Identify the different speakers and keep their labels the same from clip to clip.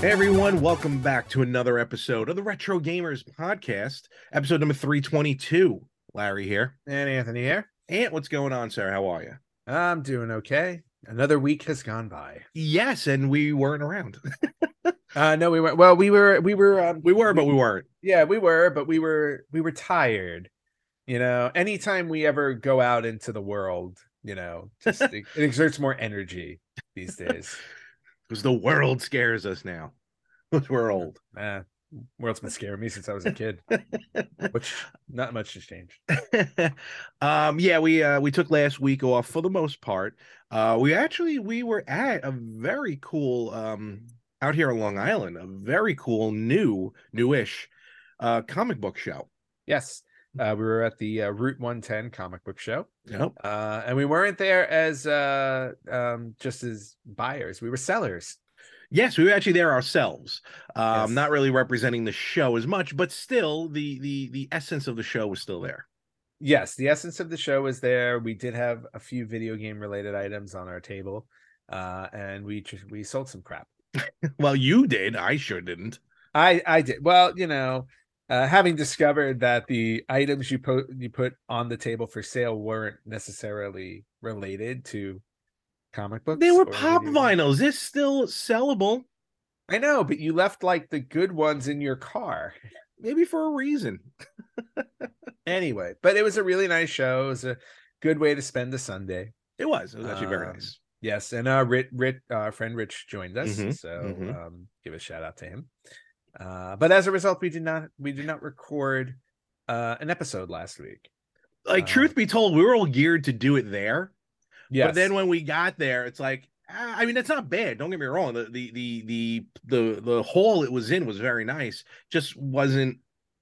Speaker 1: Hey everyone, welcome back to another episode of the Retro Gamers Podcast, episode number 322. Larry here.
Speaker 2: And Anthony here.
Speaker 1: Ant, what's going on, sir? How are you?
Speaker 2: I'm doing okay. Another week has gone by.
Speaker 1: Yes, and we weren't around.
Speaker 2: Uh no, we were well, we were we were um
Speaker 1: we were, but we weren't.
Speaker 2: yeah, we were, but we were we were tired. You know, anytime we ever go out into the world, you know, just it, it exerts more energy these days.
Speaker 1: Because the world scares us now. 'Cause we're old.
Speaker 2: Uh world's been scaring me since I was a kid. Which not much has changed.
Speaker 1: um, yeah, we uh we took last week off for the most part. Uh we actually we were at a very cool um out here on Long Island, a very cool new, newish uh comic book show.
Speaker 2: Yes. Uh, we were at the uh, Route 110 comic book show.
Speaker 1: Yep.
Speaker 2: Uh, and we weren't there as uh, um, just as buyers. We were sellers.
Speaker 1: Yes, we were actually there ourselves. Um,
Speaker 2: Yes.
Speaker 1: not really representing the show as much, but still the the the essence of the show was still there.
Speaker 2: yes the essence of the show is there we did have a few video game related items on our table uh and we just we sold some crap
Speaker 1: Well, you did, I sure didn't.
Speaker 2: i i did well you know uh, having discovered that the items you put you put on the table for sale weren't necessarily related to comic books
Speaker 1: They were
Speaker 2: or
Speaker 1: pop
Speaker 2: video games.
Speaker 1: vinyls. This still sellable,
Speaker 2: i know but you left like the good ones in your car
Speaker 1: maybe for a reason.
Speaker 2: anyway but it was a really nice show it was a good way to spend a sunday
Speaker 1: It was. It was actually very
Speaker 2: Um,
Speaker 1: nice.
Speaker 2: Yes, and uh, Rit, Rit, our friend Rich joined us,
Speaker 1: Mhm,
Speaker 2: so
Speaker 1: mhm.
Speaker 2: um, give a shout out to him. Uh, but as a result, we did not we did not record uh, an episode last week.
Speaker 1: Like,
Speaker 2: uh,
Speaker 1: truth be told, we were all geared to do it there.
Speaker 2: Yes,
Speaker 1: But then when we got there, it's like ah, I mean, that's not bad. Don't get me wrong. The the the the the the hall it was in was very nice. Just wasn't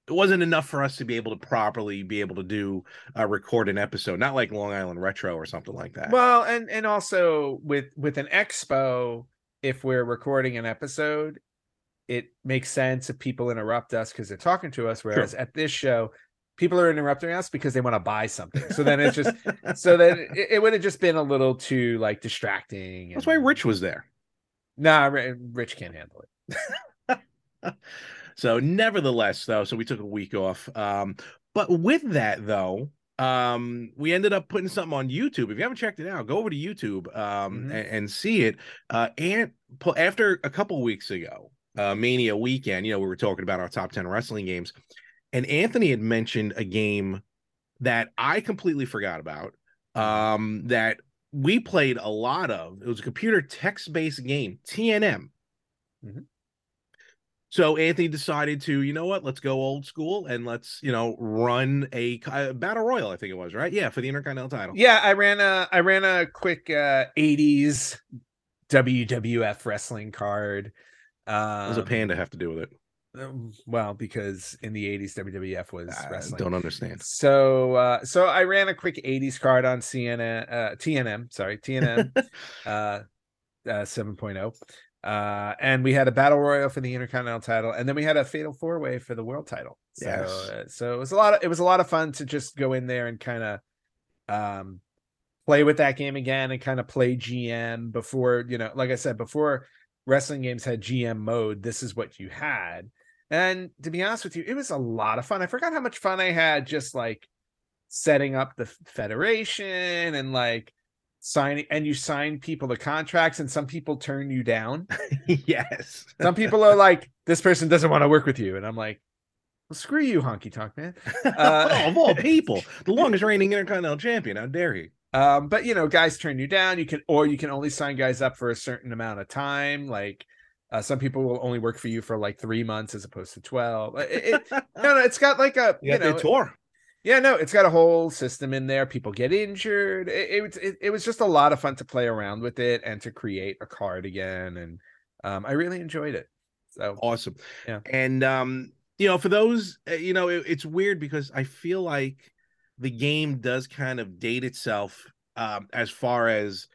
Speaker 1: it wasn't enough for us to be able to properly be able to do uh, record an episode. Not like Long Island Retro or something like that.
Speaker 2: well, and and also with with an expo, if we're recording an episode, it makes sense if people interrupt us because they're talking to us. Whereas at this show, people are interrupting us because they want to buy something. So then it's just so then it, it would have just been a little too like distracting.
Speaker 1: that's why
Speaker 2: and-
Speaker 1: Rich was there.
Speaker 2: Nah, Ri- Rich can't handle it.
Speaker 1: So, nevertheless, though, so we took a week off. Um, but with that, though, um, we ended up putting something on YouTube. If you haven't checked it out, go over to YouTube um,
Speaker 2: Mhm.
Speaker 1: a- and, see it. Uh, and pu- after a couple weeks ago, uh, Mania weekend, you know, we were talking about our top 10 wrestling games, and Anthony had mentioned a game that I completely forgot about
Speaker 2: Mm-hmm.
Speaker 1: um, that we played a lot of. It was a computer text based game, TNM.
Speaker 2: Mhm.
Speaker 1: So Anthony decided to, you know what, let's go old school and let's, you know, run a uh, battle royal. I think it was right, yeah, for the Intercontinental title.
Speaker 2: Yeah, I ran a I ran a quick uh 80s WWF wrestling card.
Speaker 1: it
Speaker 2: Um,
Speaker 1: was a pain to have to do with it.
Speaker 2: um, Well, because in the 80s WWF was
Speaker 1: I
Speaker 2: wrestling.
Speaker 1: Ah, don't understand.
Speaker 2: So uh so I ran a quick 80s card on CNN uh TNM, sorry, TNM uh uh 7.0. Uh, and we had a battle royal for the intercontinental title, and then we had a fatal four way for the world title. So,
Speaker 1: Yes.
Speaker 2: uh, so it was a lot. Of, it was a lot of fun to just go in there and kind of um, play with that game again and kind of play GM before you know, like I said, before wrestling games had GM mode. This is what you had, and to be honest with you, it was a lot of fun. I forgot how much fun I had just like setting up the federation and like signing and you sign people to contracts and some people turn you down
Speaker 1: yes.
Speaker 2: some people are like this person doesn't want to work with you and i'm like well, screw you honky tonk man Uh,
Speaker 1: Oh, of all people, the longest reigning Intercontinental champion. How dare he?
Speaker 2: um but you know guys turn you down you can or you can only sign guys up for a certain amount of time like uh, some people will only work for you for like three months as opposed to 12 Like, it, it- no no it's got like a you,
Speaker 1: You got
Speaker 2: know
Speaker 1: the tour.
Speaker 2: yeah no it's got a whole system in there people get injured it, it, was- it, it was just a lot of fun to play around with it and to create a card again and um i really enjoyed it so
Speaker 1: awesome
Speaker 2: Yeah.
Speaker 1: and um you know for those uh, you know it- it's weird because i feel like the game does kind of date itself um as far as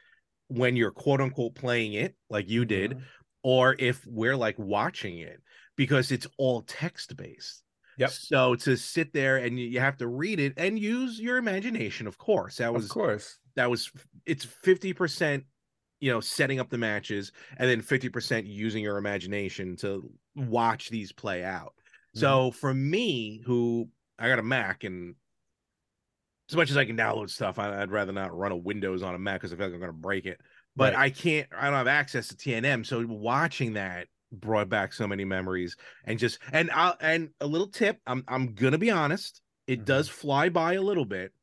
Speaker 1: when you're quote unquote playing it like you did
Speaker 2: Mm-hmm.
Speaker 1: or if we're like watching it because it's all text based
Speaker 2: Yep.
Speaker 1: so to sit there and you- you have to read it and use your imagination of course that was
Speaker 2: of course
Speaker 1: that was it's 50% you know, setting up the matches, and then 50% using your imagination to watch these play out. So for me, who I got a Mac, and as much as I can download stuff, I, would rather not run a Windows on a Mac because I feel like I'm going to break it. But
Speaker 2: Right.
Speaker 1: I can't. I don't have access to TNM. So watching that brought back so many memories, and just and I will and a little tip. I'm I'm gonna be honest. It
Speaker 2: Mhm.
Speaker 1: does fly by a little bit,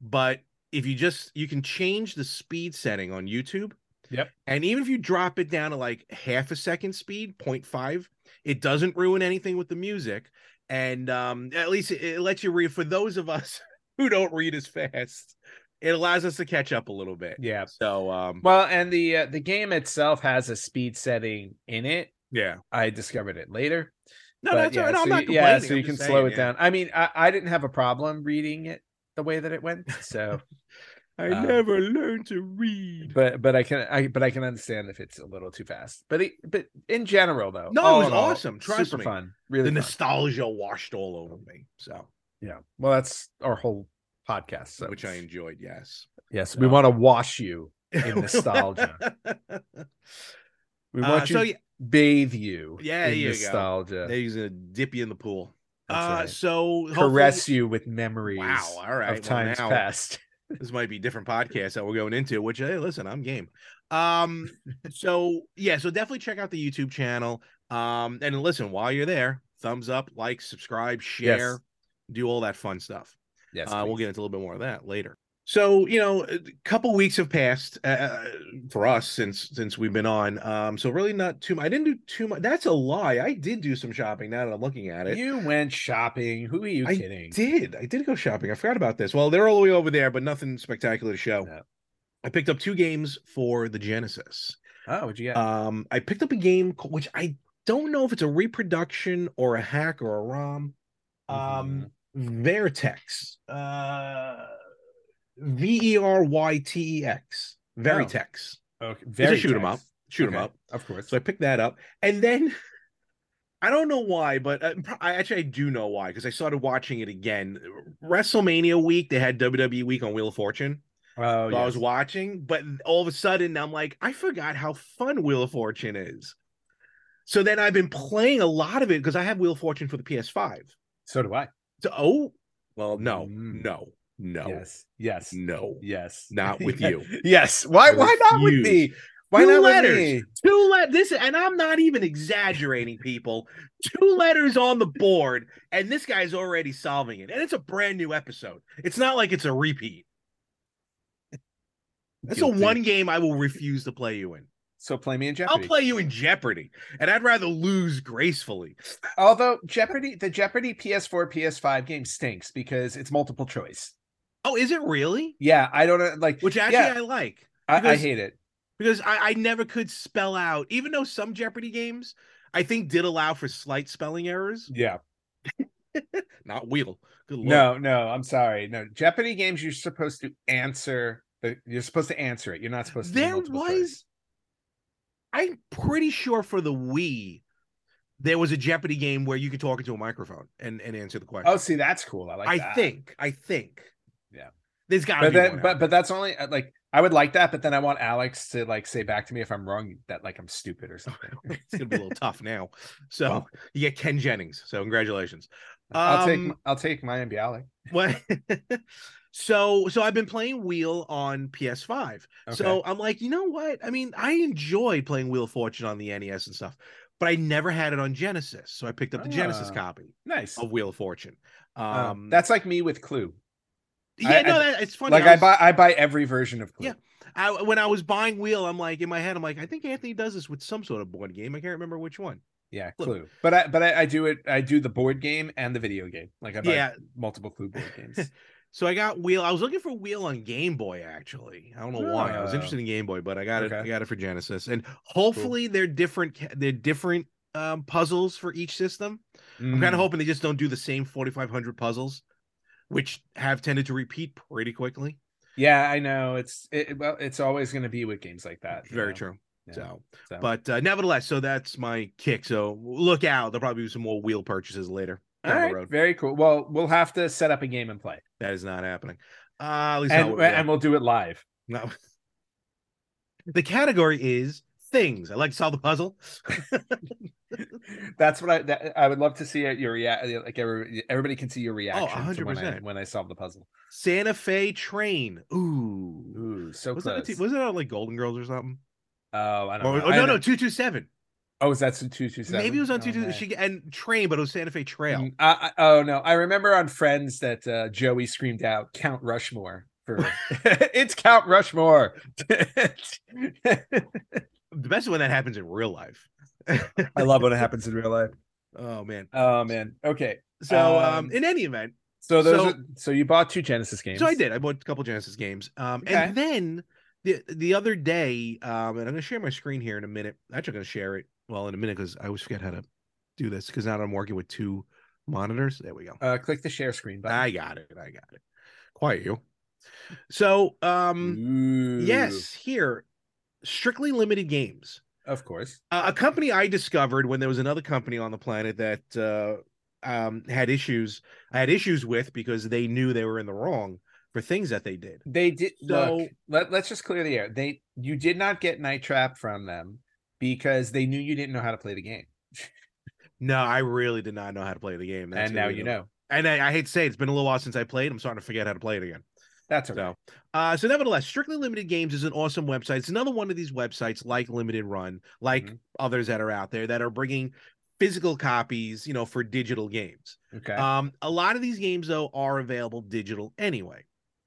Speaker 1: but if you just you can change the speed setting on YouTube.
Speaker 2: Yep.
Speaker 1: And even if you drop it down to like half a second speed, 0.5, it doesn't ruin anything with the music and um, at least it, it lets you read. For those of us who don't read as fast, it allows us to catch up a little bit.
Speaker 2: yeah.
Speaker 1: So, um,
Speaker 2: Well, and the uh, the game itself has a speed setting in it.
Speaker 1: yeah,
Speaker 2: I discovered it later.
Speaker 1: no,
Speaker 2: but
Speaker 1: that's
Speaker 2: yeah,
Speaker 1: all right. No,
Speaker 2: so
Speaker 1: I'm
Speaker 2: you-
Speaker 1: not complaining.
Speaker 2: yeah, so
Speaker 1: I'm
Speaker 2: you can
Speaker 1: just
Speaker 2: slow
Speaker 1: saying,
Speaker 2: it
Speaker 1: yeah.
Speaker 2: down. I mean, I, I didn't have a problem reading it the way that it went. So,
Speaker 1: I
Speaker 2: Um,
Speaker 1: never learned to read.
Speaker 2: but but I can I but I can understand if it's a little too fast. But it, but in general though,
Speaker 1: No, it
Speaker 2: all
Speaker 1: was
Speaker 2: in all,
Speaker 1: awesome, trust
Speaker 2: super
Speaker 1: me.
Speaker 2: fun.
Speaker 1: The
Speaker 2: Really fun.
Speaker 1: nostalgia washed all over
Speaker 2: Oh,
Speaker 1: me. So,
Speaker 2: Yeah. Well, that's our whole podcast. So.
Speaker 1: which I enjoyed. Yes,
Speaker 2: yes, we want to wash you. In nostalgia. We want
Speaker 1: uh,
Speaker 2: you
Speaker 1: so yeah,
Speaker 2: bathe you.
Speaker 1: Yeah,
Speaker 2: in
Speaker 1: there you go.
Speaker 2: nostalgia.
Speaker 1: he's gonna dip you in the pool.
Speaker 2: That's
Speaker 1: uh,
Speaker 2: right.
Speaker 1: so hopefully-
Speaker 2: Caress you with memories
Speaker 1: Wow, all right.
Speaker 2: of
Speaker 1: well,
Speaker 2: times
Speaker 1: now-
Speaker 2: past.
Speaker 1: this might be different podcasts that we're going into which hey listen i'm game um so yeah so definitely check out the youtube channel um and listen while you're there thumbs up like subscribe share do all that fun stuff
Speaker 2: Yes,
Speaker 1: uh, we'll
Speaker 2: please.
Speaker 1: get into a little bit more of that later so you know a couple weeks have passed uh, for us since since we've been on um so really not too much i didn't do too much that's a lie i did do some shopping now that i'm looking at it
Speaker 2: You went shopping. Who are you
Speaker 1: I
Speaker 2: kidding?
Speaker 1: did. I did go shopping. I forgot about this. Well, they're all the way over there, but nothing spectacular to show.
Speaker 2: No.
Speaker 1: I picked up two games for the Genesis.
Speaker 2: Oh, what'd you get?
Speaker 1: Um, I picked up a game co- which I don't know if it's a reproduction or a hack or a ROM. Um, Vertex. Uh, V E R Y T E X. Veritex.
Speaker 2: okay,
Speaker 1: It's a
Speaker 2: very
Speaker 1: shoot 'em up.
Speaker 2: tense.
Speaker 1: Shoot 'em
Speaker 2: Okay,
Speaker 1: up.
Speaker 2: Of course.
Speaker 1: So I picked that up, and then I don't know why, but uh, pro- I actually I do know why because I started watching it again. WrestleMania week they had WWE week on Wheel of Fortune,
Speaker 2: oh,
Speaker 1: so I was
Speaker 2: yes.
Speaker 1: watching, but all of a sudden I'm like, I forgot how fun Wheel of Fortune is. So then I've been playing a lot of it because I have Wheel of Fortune for the PS5.
Speaker 2: so do I.
Speaker 1: So oh, well, no,
Speaker 2: Mm.
Speaker 1: no, no,
Speaker 2: Yes. Yes.
Speaker 1: no,
Speaker 2: Yes.
Speaker 1: not with you.
Speaker 2: yes. Why?
Speaker 1: I
Speaker 2: Why not with
Speaker 1: refuse.
Speaker 2: me? Why
Speaker 1: Two
Speaker 2: not
Speaker 1: letters.
Speaker 2: with me?
Speaker 1: Two let this, and I'm not even exaggerating, people. Two letters on the board, and this guy's already solving it. And it's a brand new episode. It's not like it's a repeat. That's
Speaker 2: Guilty.
Speaker 1: the one game I will refuse to play you in.
Speaker 2: So play me in
Speaker 1: I'll
Speaker 2: Jeopardy.
Speaker 1: play you in Jeopardy, and I'd rather lose gracefully.
Speaker 2: Although Jeopardy, the Jeopardy PS4, PS5 game stinks because it's multiple choice.
Speaker 1: Oh, is it really?
Speaker 2: Yeah, I don't know. Like,
Speaker 1: Which actually
Speaker 2: Yeah.
Speaker 1: I like
Speaker 2: I, I
Speaker 1: because-
Speaker 2: hate it.
Speaker 1: because I, I never could spell out, even though some Jeopardy games I think did allow for slight spelling errors.
Speaker 2: Yeah.
Speaker 1: Not Wheel. Good lord.
Speaker 2: No, no, I'm sorry. No, Jeopardy games, you're supposed to answer. the- You're supposed to answer it. You're not supposed to. do
Speaker 1: There
Speaker 2: multiple
Speaker 1: was-
Speaker 2: choice.
Speaker 1: I'm pretty sure for the Wii, there was a Jeopardy game where you could talk into a microphone and, and answer the question.
Speaker 2: Oh, see, that's cool. I like.
Speaker 1: I
Speaker 2: that.
Speaker 1: think. I think.
Speaker 2: Yeah.
Speaker 1: There's got to
Speaker 2: but
Speaker 1: be.
Speaker 2: then,
Speaker 1: one out
Speaker 2: but
Speaker 1: there.
Speaker 2: but that's only uh, like I would like that, but then I want Alex to like say back to me if I'm wrong that like I'm stupid or something.
Speaker 1: it's gonna be a little tough now. So you get Ken Jennings. So congratulations.
Speaker 2: I'll take
Speaker 1: Um,
Speaker 2: m- I'll take Maya Bialik.
Speaker 1: What? so so I've been playing Wheel on PS5. So I'm like, you know what? I mean, I enjoy playing Wheel of Fortune on the NES and stuff, but I never had it on Genesis. So I picked up the Genesis
Speaker 2: Ah.
Speaker 1: copy
Speaker 2: nice.
Speaker 1: of Wheel of Fortune. Um,
Speaker 2: um, that's like me with Clue.
Speaker 1: yeah,
Speaker 2: I-
Speaker 1: no,
Speaker 2: I-
Speaker 1: that, it's funny.
Speaker 2: Like
Speaker 1: I
Speaker 2: I
Speaker 1: was-
Speaker 2: buy I buy every version of Clue.
Speaker 1: Yeah. I when I was buying Wheel, I'm like in my head, I'm like, I think Anthony does this with some sort of board game. I can't remember which one.
Speaker 2: Yeah,
Speaker 1: Clue.
Speaker 2: Clue. But I but I, I do it. I do the board game and the video game. Like I buy
Speaker 1: Yeah.
Speaker 2: multiple Clue board games.
Speaker 1: So I got Wheel. I was looking for Wheel on Game Boy actually. I don't know why. I was
Speaker 2: Oh.
Speaker 1: interested in Game Boy, but I got it. I
Speaker 2: Okay.
Speaker 1: got it for Genesis, and hopefully they're different. ca- They're different um, puzzles for each system.
Speaker 2: Mm.
Speaker 1: I'm kind of hoping they just don't do the same 4,500 puzzles, which have tended to repeat pretty quickly.
Speaker 2: Yeah, I know. It's it, well, it's always going to be with games like that. you
Speaker 1: Very
Speaker 2: know?
Speaker 1: true.
Speaker 2: Yeah,
Speaker 1: So,
Speaker 2: so.
Speaker 1: but uh, nevertheless, so that's my kick. So look out. There'll probably be some more wheel purchases later
Speaker 2: all
Speaker 1: down the
Speaker 2: right,
Speaker 1: road.
Speaker 2: very cool. Well, we'll have to set up a game and play,
Speaker 1: That is not happening. Uh, at least not
Speaker 2: and
Speaker 1: with Will.
Speaker 2: and we'll do it live.
Speaker 1: No. The category is things. I like to solve the puzzle.
Speaker 2: That's what I that, I would love to see your reaction. Like every, everybody can see your reaction to when, I,
Speaker 1: 100%.
Speaker 2: when I solve the puzzle.
Speaker 1: Santa Fe train. Ooh.
Speaker 2: Ooh, so
Speaker 1: Wasn't that
Speaker 2: close.
Speaker 1: t- wasn't that on like Golden Girls or something?
Speaker 2: oh, I don't
Speaker 1: Or,
Speaker 2: know.
Speaker 1: oh
Speaker 2: I
Speaker 1: no, no,
Speaker 2: don't-
Speaker 1: two two seven.
Speaker 2: Oh, is that two two seven?
Speaker 1: Maybe it was on
Speaker 2: Oh,
Speaker 1: two two.
Speaker 2: man.
Speaker 1: She and train, but it was Santa Fe Trail.
Speaker 2: Mm, I, I, oh no, I remember on Friends that uh, Joey screamed out Count Rushmore for it's Count Rushmore.
Speaker 1: The best is when that happens in real life.
Speaker 2: I love when it happens in real life.
Speaker 1: Oh man.
Speaker 2: Oh man. Okay.
Speaker 1: So um,
Speaker 2: Um,
Speaker 1: in any event,
Speaker 2: So those
Speaker 1: So-
Speaker 2: are, so you bought two Genesis games.
Speaker 1: so I did. I bought a couple Genesis games. Um,
Speaker 2: Okay.
Speaker 1: and then the the other day, um, and I'm gonna share my screen here in a minute. Actually, I'm gonna share it well in a minute because I always forget how to do this because now I'm working with two monitors. There we go.
Speaker 2: Uh, click the share screen button.
Speaker 1: I got it. I got it. Quiet you. So um,
Speaker 2: Ooh.
Speaker 1: yes, here, strictly limited games.
Speaker 2: of course.
Speaker 1: Uh, a company I discovered when there was another company on the planet that uh, um, had issues. I had issues with because they knew they were in the wrong for things that they did.
Speaker 2: They did
Speaker 1: So-
Speaker 2: look. Let, let's just clear the air. They you did not get Night Trap from them because they knew you didn't know how to play the game,
Speaker 1: No, I really did not know how to play the game. That's
Speaker 2: and
Speaker 1: gonna
Speaker 2: now
Speaker 1: be
Speaker 2: you
Speaker 1: the-
Speaker 2: know.
Speaker 1: And I, I hate to say it, it's been a little while since I played. I'm starting to forget how to play it again.
Speaker 2: That's okay.
Speaker 1: So, uh, so nevertheless, Strictly Limited Games is an awesome website. It's another one of these websites like Limited Run, like
Speaker 2: Mhm.
Speaker 1: others that are out there that are bringing physical copies, you know, for digital games.
Speaker 2: Okay.
Speaker 1: Um, a lot of these games though are available digital anyway.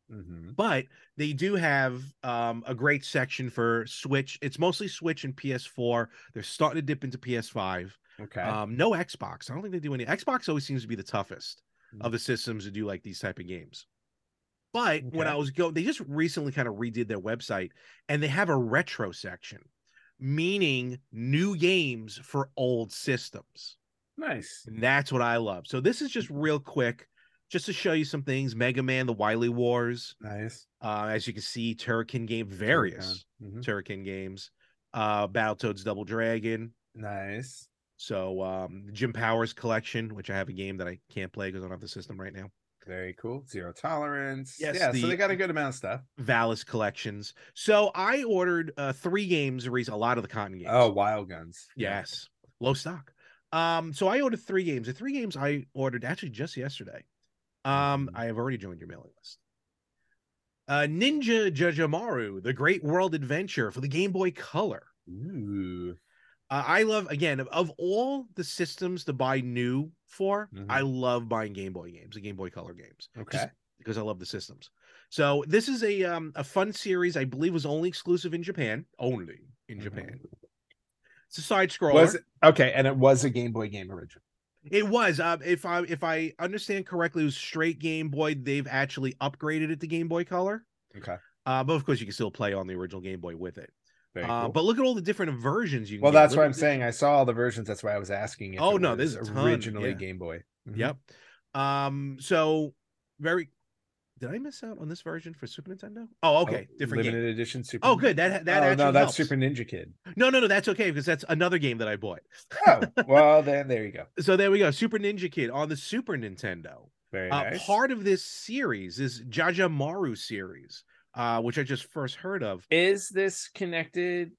Speaker 2: hmm
Speaker 1: but they do have um, a great section for Switch. It's mostly Switch and PS4. They're starting to dip into PS5.
Speaker 2: Okay.
Speaker 1: Um, no Xbox. I don't think they do any. Xbox always seems to be the toughest
Speaker 2: Mm.
Speaker 1: of the systems to do like these type of games. But when
Speaker 2: Okay.
Speaker 1: I was go, they just recently kind of redid their website, and they have a retro section, meaning new games for old systems.
Speaker 2: nice.
Speaker 1: And that's what I love. So this is just
Speaker 2: Hmm.
Speaker 1: real quick, just to show you some things: Mega Man, the Wily Wars.
Speaker 2: Nice.
Speaker 1: Uh, as you can see, Turrican game, various
Speaker 2: Mhm.
Speaker 1: Turrican games, uh, Battletoads Double Dragon.
Speaker 2: Nice.
Speaker 1: So, um, Jim Powers collection, which I have a game that I can't play because I don't have the system right now.
Speaker 2: Very cool. Zero tolerance.
Speaker 1: Yes,
Speaker 2: yeah.
Speaker 1: the-
Speaker 2: So they got a good amount of stuff.
Speaker 1: Valis collections. So, I ordered uh, three games, Reese, a lot of the Cotton games.
Speaker 2: Oh, wild guns.
Speaker 1: yes, low stock. Um, so I ordered three games. The three games I ordered actually just yesterday. Um,
Speaker 2: Mhm.
Speaker 1: I have already joined your mailing list. Uh, Ninja Jajamaru, the Great World Adventure for the Game Boy Color.
Speaker 2: Ooh.
Speaker 1: Uh, I love again of, of all the systems to buy new for.
Speaker 2: Mhm.
Speaker 1: I love buying Game Boy games, the Game Boy Color games,
Speaker 2: Okay.
Speaker 1: because I love the systems. So this is a um, a fun series. I believe was only exclusive in Japan, only in
Speaker 2: Mhm.
Speaker 1: Japan. It's a side scroller.
Speaker 2: Was it- okay, and it was a Game Boy game original.
Speaker 1: It was. Um, if I if I understand correctly, it was straight Game Boy. They've actually upgraded it to Game Boy Color.
Speaker 2: Okay.
Speaker 1: Uh, but of course, you can still play on the original Game Boy with it.
Speaker 2: Very
Speaker 1: Uh,
Speaker 2: cool.
Speaker 1: But look at all the different versions you. Can
Speaker 2: well,
Speaker 1: get.
Speaker 2: that's
Speaker 1: Look
Speaker 2: what
Speaker 1: at
Speaker 2: I'm
Speaker 1: the-
Speaker 2: saying. I saw all the versions. That's why I was asking. If
Speaker 1: Oh,
Speaker 2: it
Speaker 1: no,
Speaker 2: was
Speaker 1: there's a ton,
Speaker 2: originally
Speaker 1: yeah.
Speaker 2: Game Boy. Mhm.
Speaker 1: Yep. Um. So very. Did I miss out on this version for Super Nintendo? Oh, okay,
Speaker 2: Oh,
Speaker 1: different
Speaker 2: limited
Speaker 1: game.
Speaker 2: edition Super.
Speaker 1: Oh, good. That that
Speaker 2: oh
Speaker 1: actually
Speaker 2: no,
Speaker 1: helps.
Speaker 2: that's Super Ninja Kid.
Speaker 1: No, no, no. That's okay because that's another game that I bought.
Speaker 2: Oh, well then there you go.
Speaker 1: So there we go. Super Ninja Kid on the Super Nintendo.
Speaker 2: Very
Speaker 1: Uh,
Speaker 2: nice.
Speaker 1: Part of this series is Jajamaru series, uh, which I just first heard of.
Speaker 2: Is this connected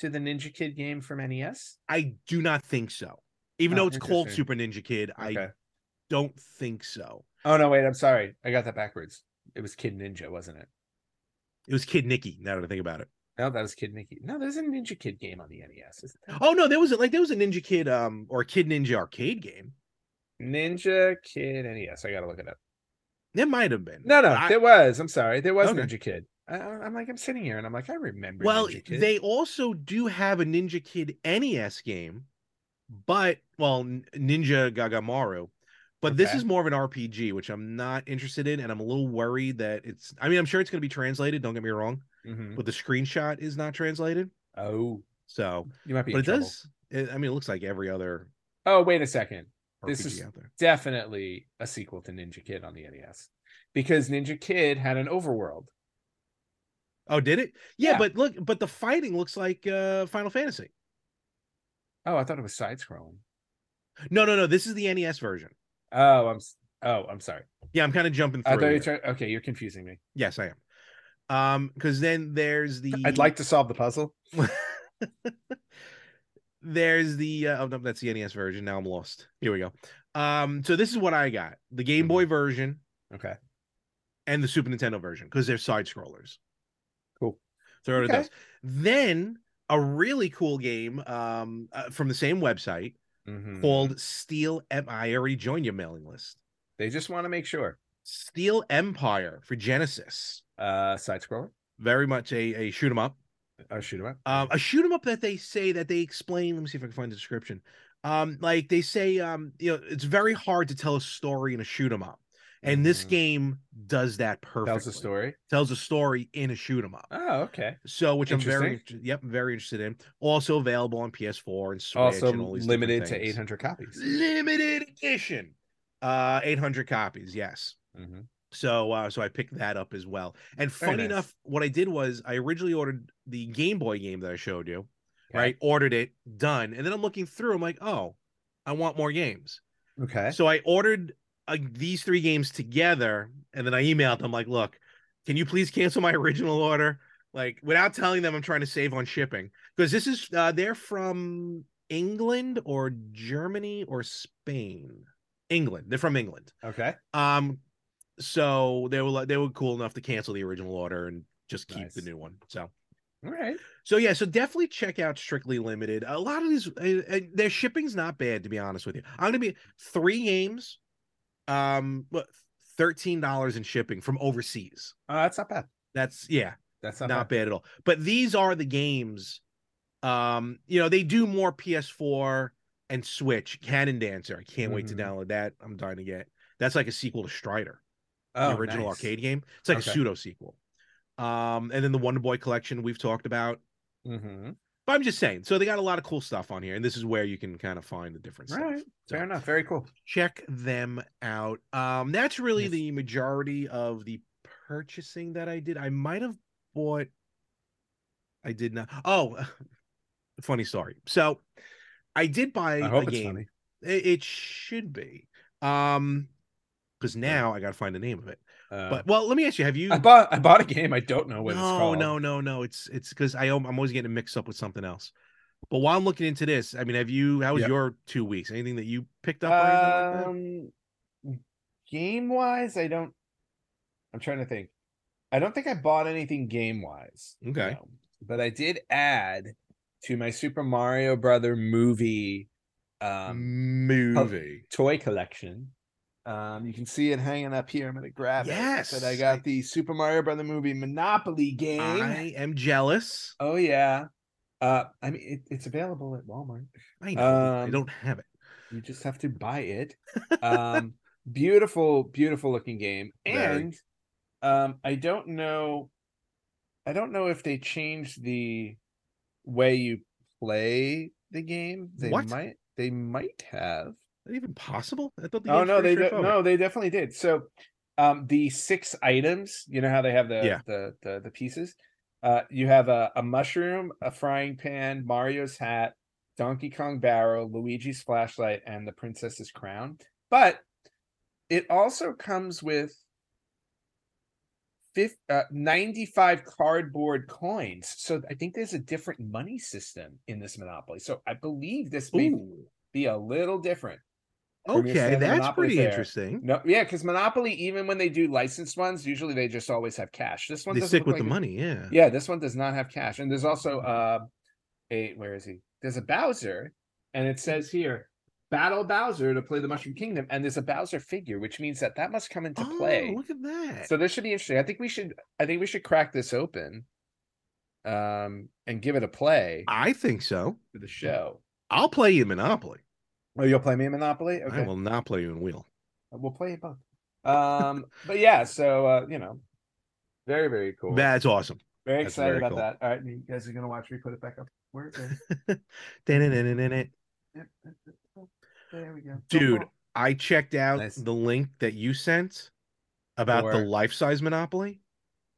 Speaker 2: to the Ninja Kid game from E NES?
Speaker 1: I do not think so. Even
Speaker 2: Oh,
Speaker 1: though it's called
Speaker 2: interesting.
Speaker 1: Super Ninja Kid, I don't think so.
Speaker 2: Oh no, wait. I'm sorry. I got that backwards. It was Kid Ninja, wasn't it?
Speaker 1: It was Kid Nicky. Now that I think about it.
Speaker 2: No, that was Kid Mickey. No, there's a Ninja Kid game on the NES. Isn't there?
Speaker 1: Oh no, there was a, like there was a Ninja Kid um or Kid Ninja arcade game.
Speaker 2: Ninja Kid NES. I gotta look it up.
Speaker 1: There might have been.
Speaker 2: No, no,
Speaker 1: I-
Speaker 2: there was. I'm sorry, there was
Speaker 1: Okay.
Speaker 2: Ninja Kid. I, I- I'm like, I'm sitting here and I'm like, I remember.
Speaker 1: Well,
Speaker 2: Ninja Kid.
Speaker 1: they also do have a Ninja Kid NES game, but well, N- Ninja Gagamaru. But this
Speaker 2: Okay.
Speaker 1: is more of an RPG, which I'm not interested in, and I'm a little worried that it's. I mean, I'm sure it's going to be translated. Don't get me wrong,
Speaker 2: Mhm.
Speaker 1: but the screenshot is not translated.
Speaker 2: Oh,
Speaker 1: So,
Speaker 2: you might be.
Speaker 1: but
Speaker 2: in
Speaker 1: it
Speaker 2: trouble.
Speaker 1: does. It, I mean, it looks like every other
Speaker 2: Oh, wait a second.
Speaker 1: RPG
Speaker 2: This is-
Speaker 1: out there.
Speaker 2: Definitely a sequel to Ninja Kid on the NES, because Ninja Kid had an overworld.
Speaker 1: Oh, did it? Yeah,
Speaker 2: Yeah.
Speaker 1: but look, but the fighting looks like uh Final Fantasy.
Speaker 2: Oh, I thought it was side scrolling.
Speaker 1: No, no, no. This is the NES version.
Speaker 2: Oh, I'm. s- Oh, I'm sorry.
Speaker 1: Yeah, I'm kind of jumping
Speaker 2: I
Speaker 1: through.
Speaker 2: thought you
Speaker 1: here.
Speaker 2: were trying. Okay, you're confusing me.
Speaker 1: Yes, I am. Um, because then there's the
Speaker 2: I'd like to solve the puzzle.
Speaker 1: there's the uh, oh no, that's the NES version. Now I'm lost. Here we go. Um, so this is what I got: the
Speaker 2: Mm-hmm.
Speaker 1: Game Boy version
Speaker 2: Okay.
Speaker 1: and the Super Nintendo version because they're side scrollers.
Speaker 2: Cool.
Speaker 1: So I ordered
Speaker 2: Okay.
Speaker 1: those. Then a really cool game um uh, from the same website
Speaker 2: Mhm.
Speaker 1: called Steel Empire. I already joined your mailing list.
Speaker 2: They just want to make sure.
Speaker 1: Steel Empire for Genesis.
Speaker 2: Uh, side scroller.
Speaker 1: Very much a a shoot 'em up.
Speaker 2: Oh, shoot 'em up.
Speaker 1: um, a shoot 'em up that they say that they explain. Let me see if I can find the description. Um, like they say, um, you know, it's very hard to tell a story in a shoot 'em up, and this
Speaker 2: Mhm.
Speaker 1: game does that perfectly.
Speaker 2: tells the story.
Speaker 1: Tells a story in a shoot 'em up.
Speaker 2: Oh, okay.
Speaker 1: So, which I'm very,
Speaker 2: Interesting.
Speaker 1: inter- yep, very interested in. Also available on PS4 and Switch.
Speaker 2: also
Speaker 1: and all these
Speaker 2: limited to
Speaker 1: different things.
Speaker 2: 800 copies.
Speaker 1: Limited edition, uh, 800 copies. Yes.
Speaker 2: Mhm.
Speaker 1: So uh, so I picked that up as well. And
Speaker 2: Very
Speaker 1: funny
Speaker 2: nice.
Speaker 1: enough, what I did was I originally ordered the Game Boy game that I showed you,
Speaker 2: Okay.
Speaker 1: right? Ordered it, done. And then I'm looking through, I'm like, oh, I want more games.
Speaker 2: Okay.
Speaker 1: So I ordered uh, these three games together, and then I emailed them like, look, can you please cancel my original order? Like without telling them, I'm trying to save on shipping because this is uh, they're from England or Germany or Spain. England, they're from England.
Speaker 2: Okay.
Speaker 1: Um, so they were like they were cool enough to cancel the original order and just keep the
Speaker 2: Nice.
Speaker 1: new one. So
Speaker 2: All right.
Speaker 1: so yeah, so definitely check out Strictly Limited. A lot of these uh, uh, their shipping's not bad to be honest with you. I'm gonna be three games, um, what thirteen dollars in shipping from overseas.
Speaker 2: Oh, that's not bad.
Speaker 1: That's yeah,
Speaker 2: That's
Speaker 1: not,
Speaker 2: not, bad.
Speaker 1: bad. at all. But these are the games. Um, you know they do more PS4 and Switch. Cannon Dancer, I can't wait to
Speaker 2: Mhm.
Speaker 1: download that. I'm dying to get. That's like a sequel to Strider
Speaker 2: Oh,
Speaker 1: the original
Speaker 2: nice.
Speaker 1: arcade game. It's like
Speaker 2: Okay.
Speaker 1: a pseudo sequel. Um, and then the Wonder Boy collection we've talked about.
Speaker 2: Mhm.
Speaker 1: But I'm just saying, so they got a lot of cool stuff on here, and this is where you can kind of find the different
Speaker 2: All
Speaker 1: stuff.
Speaker 2: right.
Speaker 1: So
Speaker 2: Fair enough. Very cool.
Speaker 1: check them out. Um, that's really
Speaker 2: Yes.
Speaker 1: the majority of the purchasing that I did. I might have bought. I did not. Oh, funny story. So I did buy
Speaker 2: I hope
Speaker 1: a
Speaker 2: it's
Speaker 1: game.
Speaker 2: funny.
Speaker 1: It, it should be. Um, because now I got to find the name of it.
Speaker 2: Uh,
Speaker 1: But well, let me ask you: Have you?
Speaker 2: I bought I bought a game. I don't know what it's
Speaker 1: no,
Speaker 2: called.
Speaker 1: no, no, no. It's it's because I am- I'm always getting mixed up with something else. But while I'm looking into this, I mean, have you? How was
Speaker 2: Yep.
Speaker 1: your two weeks? Anything that you picked up? Or anything like
Speaker 2: Um, game wise, I don't. I'm trying to think. I don't think I bought anything game wise.
Speaker 1: Okay.
Speaker 2: But I did add to my Super Mario Brother movie
Speaker 1: that?
Speaker 2: um,
Speaker 1: Movie.
Speaker 2: toy collection. Um, you can see it hanging up here. I'm gonna grab it.
Speaker 1: Yes,
Speaker 2: But I
Speaker 1: I-
Speaker 2: got the Super Mario Brother movie Monopoly game.
Speaker 1: I am jealous.
Speaker 2: Oh yeah. Uh, I mean, it, it's available at Walmart.
Speaker 1: I know. I
Speaker 2: Um,
Speaker 1: don't have it.
Speaker 2: You just have to buy it. Um, beautiful, beautiful looking game.
Speaker 1: Very.
Speaker 2: And um, I don't know, I don't know if they changed the way you play the game. They
Speaker 1: What?
Speaker 2: might, they might have.
Speaker 1: Is that even possible? I thought the
Speaker 2: oh
Speaker 1: game's
Speaker 2: no,
Speaker 1: pretty
Speaker 2: they de-
Speaker 1: straightforward.
Speaker 2: no, they definitely did. So, um, the six items. You know how they have the
Speaker 1: Yeah.
Speaker 2: the, the the pieces. Uh, you have a, a mushroom, a frying pan, Mario's hat, Donkey Kong barrel, Luigi's flashlight, and the princess's crown. But it also comes with. fif- uh, 95 cardboard coins. So I think there's a different money system in this Monopoly. So I believe this may
Speaker 1: Ooh,
Speaker 2: be a little different. from your
Speaker 1: okay,
Speaker 2: standard
Speaker 1: that's
Speaker 2: Monopoly
Speaker 1: pretty
Speaker 2: fare.
Speaker 1: interesting.
Speaker 2: No, yeah, because Monopoly, even when they do licensed ones, usually they just always have cash. This one
Speaker 1: They
Speaker 2: doesn't
Speaker 1: stick
Speaker 2: look
Speaker 1: with
Speaker 2: like
Speaker 1: the
Speaker 2: it-
Speaker 1: money, yeah.
Speaker 2: Yeah, this one does not have cash. And there's also uh a where is he? There's a Bowser, and it says here, battle Bowser to play the Mushroom Kingdom, and there's a Bowser figure, which means that that must come into
Speaker 1: oh,
Speaker 2: play.
Speaker 1: look at that.
Speaker 2: So this should be interesting. I think we should. I think we should crack this open, um, and give it a play
Speaker 1: I think so.
Speaker 2: for the show.
Speaker 1: I'll play you in Monopoly.
Speaker 2: Oh, you'll play me in Monopoly?
Speaker 1: I will not play you in Wheel.
Speaker 2: Uh, We'll play it both. Um, but yeah, so uh, you know, very very cool.
Speaker 1: That's awesome.
Speaker 2: very
Speaker 1: that's
Speaker 2: excited
Speaker 1: very
Speaker 2: about
Speaker 1: cool.
Speaker 2: that. All right, you guys are gonna watch me put it back up. Where is it?
Speaker 1: Da-na-na-na-na-na.
Speaker 2: Yep, yep, yep, yep. There we go. Don't
Speaker 1: Dude,
Speaker 2: fall.
Speaker 1: I checked out
Speaker 2: Nice.
Speaker 1: the link that you sent about the
Speaker 2: For-
Speaker 1: life-size Monopoly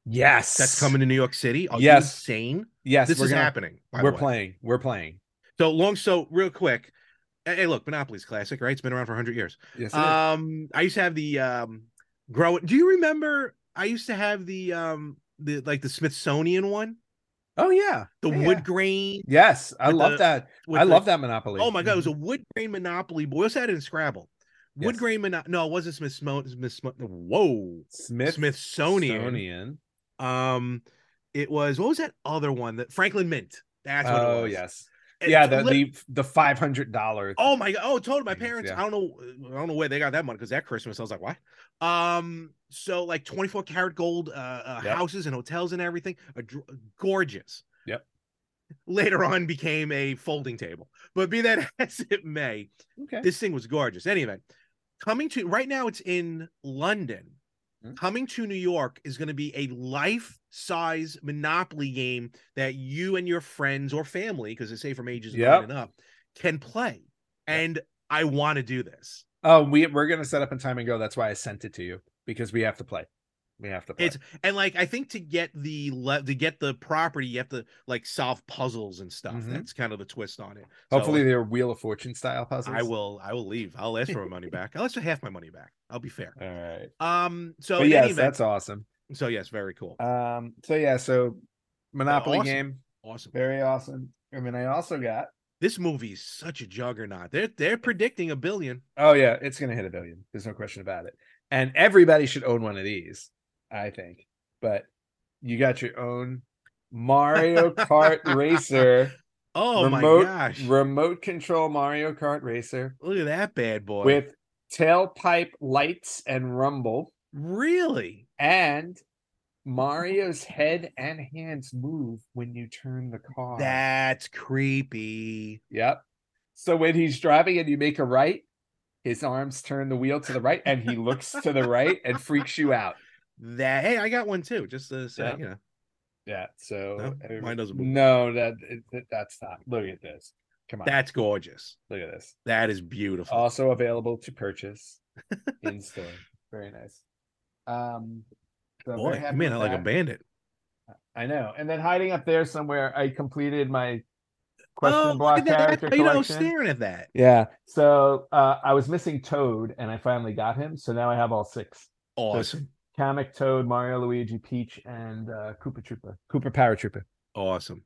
Speaker 2: Yes,
Speaker 1: that's coming to New York City. Are
Speaker 2: Yes.
Speaker 1: you insane?
Speaker 2: Yes,
Speaker 1: This
Speaker 2: we're
Speaker 1: is
Speaker 2: gonna-
Speaker 1: happening. by the
Speaker 2: We're
Speaker 1: way.
Speaker 2: playing. We're playing.
Speaker 1: So long. So real quick. Hey, hey, look, Monopoly's classic, right? It's been around for 100 years.
Speaker 2: Yes. it is.
Speaker 1: Uh, Um, I used to have the um, grow. Do you remember? I used to have the um, the like the Smithsonian one,
Speaker 2: Oh yeah.
Speaker 1: the
Speaker 2: Yeah.
Speaker 1: wood grain.
Speaker 2: Yes, I
Speaker 1: With
Speaker 2: love
Speaker 1: the-
Speaker 2: that.
Speaker 1: with
Speaker 2: I
Speaker 1: the-
Speaker 2: love that Monopoly.
Speaker 1: Oh my god, it was
Speaker 2: Mhm.
Speaker 1: a wood grain monopoly. Boy, what's that in Scrabble? Wood
Speaker 2: Yes.
Speaker 1: grain monopoly. No, it wasn't Smithsonian. Smithsonian. Whoa,
Speaker 2: Smith
Speaker 1: Smithsonian.
Speaker 2: Smithsonian.
Speaker 1: Um, it was what was that other one that Franklin Mint? That's what it
Speaker 2: Oh
Speaker 1: was.
Speaker 2: yes.
Speaker 1: It
Speaker 2: yeah, the,
Speaker 1: lit-
Speaker 2: the the five hundred dollar.
Speaker 1: oh my god. Oh, totally. My
Speaker 2: Things,
Speaker 1: parents.
Speaker 2: yeah.
Speaker 1: I don't know. I don't know where they got that money because that Christmas I was like, what? Um, so like twenty four karat gold uh, uh
Speaker 2: Yep.
Speaker 1: houses and hotels and everything. A, dr- gorgeous.
Speaker 2: Yep.
Speaker 1: Later on, became a folding table. But be that as it may,
Speaker 2: Okay.
Speaker 1: this thing was gorgeous. Anyway, coming to right now, it's in London.
Speaker 2: Mhm.
Speaker 1: Coming to New York is going to be a life size Monopoly game that you and your friends or family, because it's safe from ages of
Speaker 2: Yep.
Speaker 1: nine and up, can play. And I want to do this.
Speaker 2: Oh, we we're gonna set up in time and go. That's why I sent it to you because we have to play. We have to play.
Speaker 1: It's- And like, I think to get the le- to get the property, you have to like solve puzzles and stuff.
Speaker 2: Mhm.
Speaker 1: That's kind of the twist on it. So,
Speaker 2: Hopefully
Speaker 1: like,
Speaker 2: they're Wheel of Fortune style puzzles.
Speaker 1: I will. I will leave. I'll ask for my money back. I'll ask for half my money back. I'll be fair.
Speaker 2: All right.
Speaker 1: Um. So
Speaker 2: but
Speaker 1: in
Speaker 2: yes,
Speaker 1: any event-
Speaker 2: that's awesome.
Speaker 1: so yes, very cool.
Speaker 2: Um. So yeah. So Monopoly
Speaker 1: awesome.
Speaker 2: game,
Speaker 1: Awesome.
Speaker 2: very awesome. And then I also got.
Speaker 1: This movie is such a juggernaut. They're they're predicting a billion.
Speaker 2: Oh yeah, it's gonna hit a billion. There's no question about it. And everybody should own one of these, I think. But you got your own Mario Kart racer,
Speaker 1: Oh
Speaker 2: Remote-
Speaker 1: my gosh!
Speaker 2: remote control Mario Kart racer
Speaker 1: Look at that bad boy.
Speaker 2: with tailpipe lights and rumble,
Speaker 1: really?
Speaker 2: and Mario's head and hands move when you turn the car.
Speaker 1: That's creepy.
Speaker 2: Yep. So when he's driving and you make a right, his arms turn the wheel to the right and he looks to the right and freaks you out.
Speaker 1: That hey, I got one too. Just to say,
Speaker 2: Yeah.
Speaker 1: you know,
Speaker 2: Yeah. So
Speaker 1: No,
Speaker 2: every-
Speaker 1: mine doesn't move.
Speaker 2: No, that, it- that- that's not. Look at this. Come on.
Speaker 1: that's gorgeous.
Speaker 2: look at this.
Speaker 1: That is beautiful.
Speaker 2: Also available to purchase in store. Very nice. Um, so very
Speaker 1: boy,
Speaker 2: happy
Speaker 1: you made
Speaker 2: with
Speaker 1: out like a
Speaker 2: that.
Speaker 1: bandit.
Speaker 2: I know. And then hiding up there somewhere, I completed my question
Speaker 1: Oh, look
Speaker 2: block
Speaker 1: at that.
Speaker 2: character
Speaker 1: That's you know,
Speaker 2: collection.
Speaker 1: staring at that.
Speaker 2: Yeah. So uh, I was missing Toad, and I finally got him. So now I have all six:
Speaker 1: Awesome,
Speaker 2: Kamek, Toad, Mario, Luigi, Peach, and uh, Koopa Troopa. Cooper Paratrooper.
Speaker 1: awesome.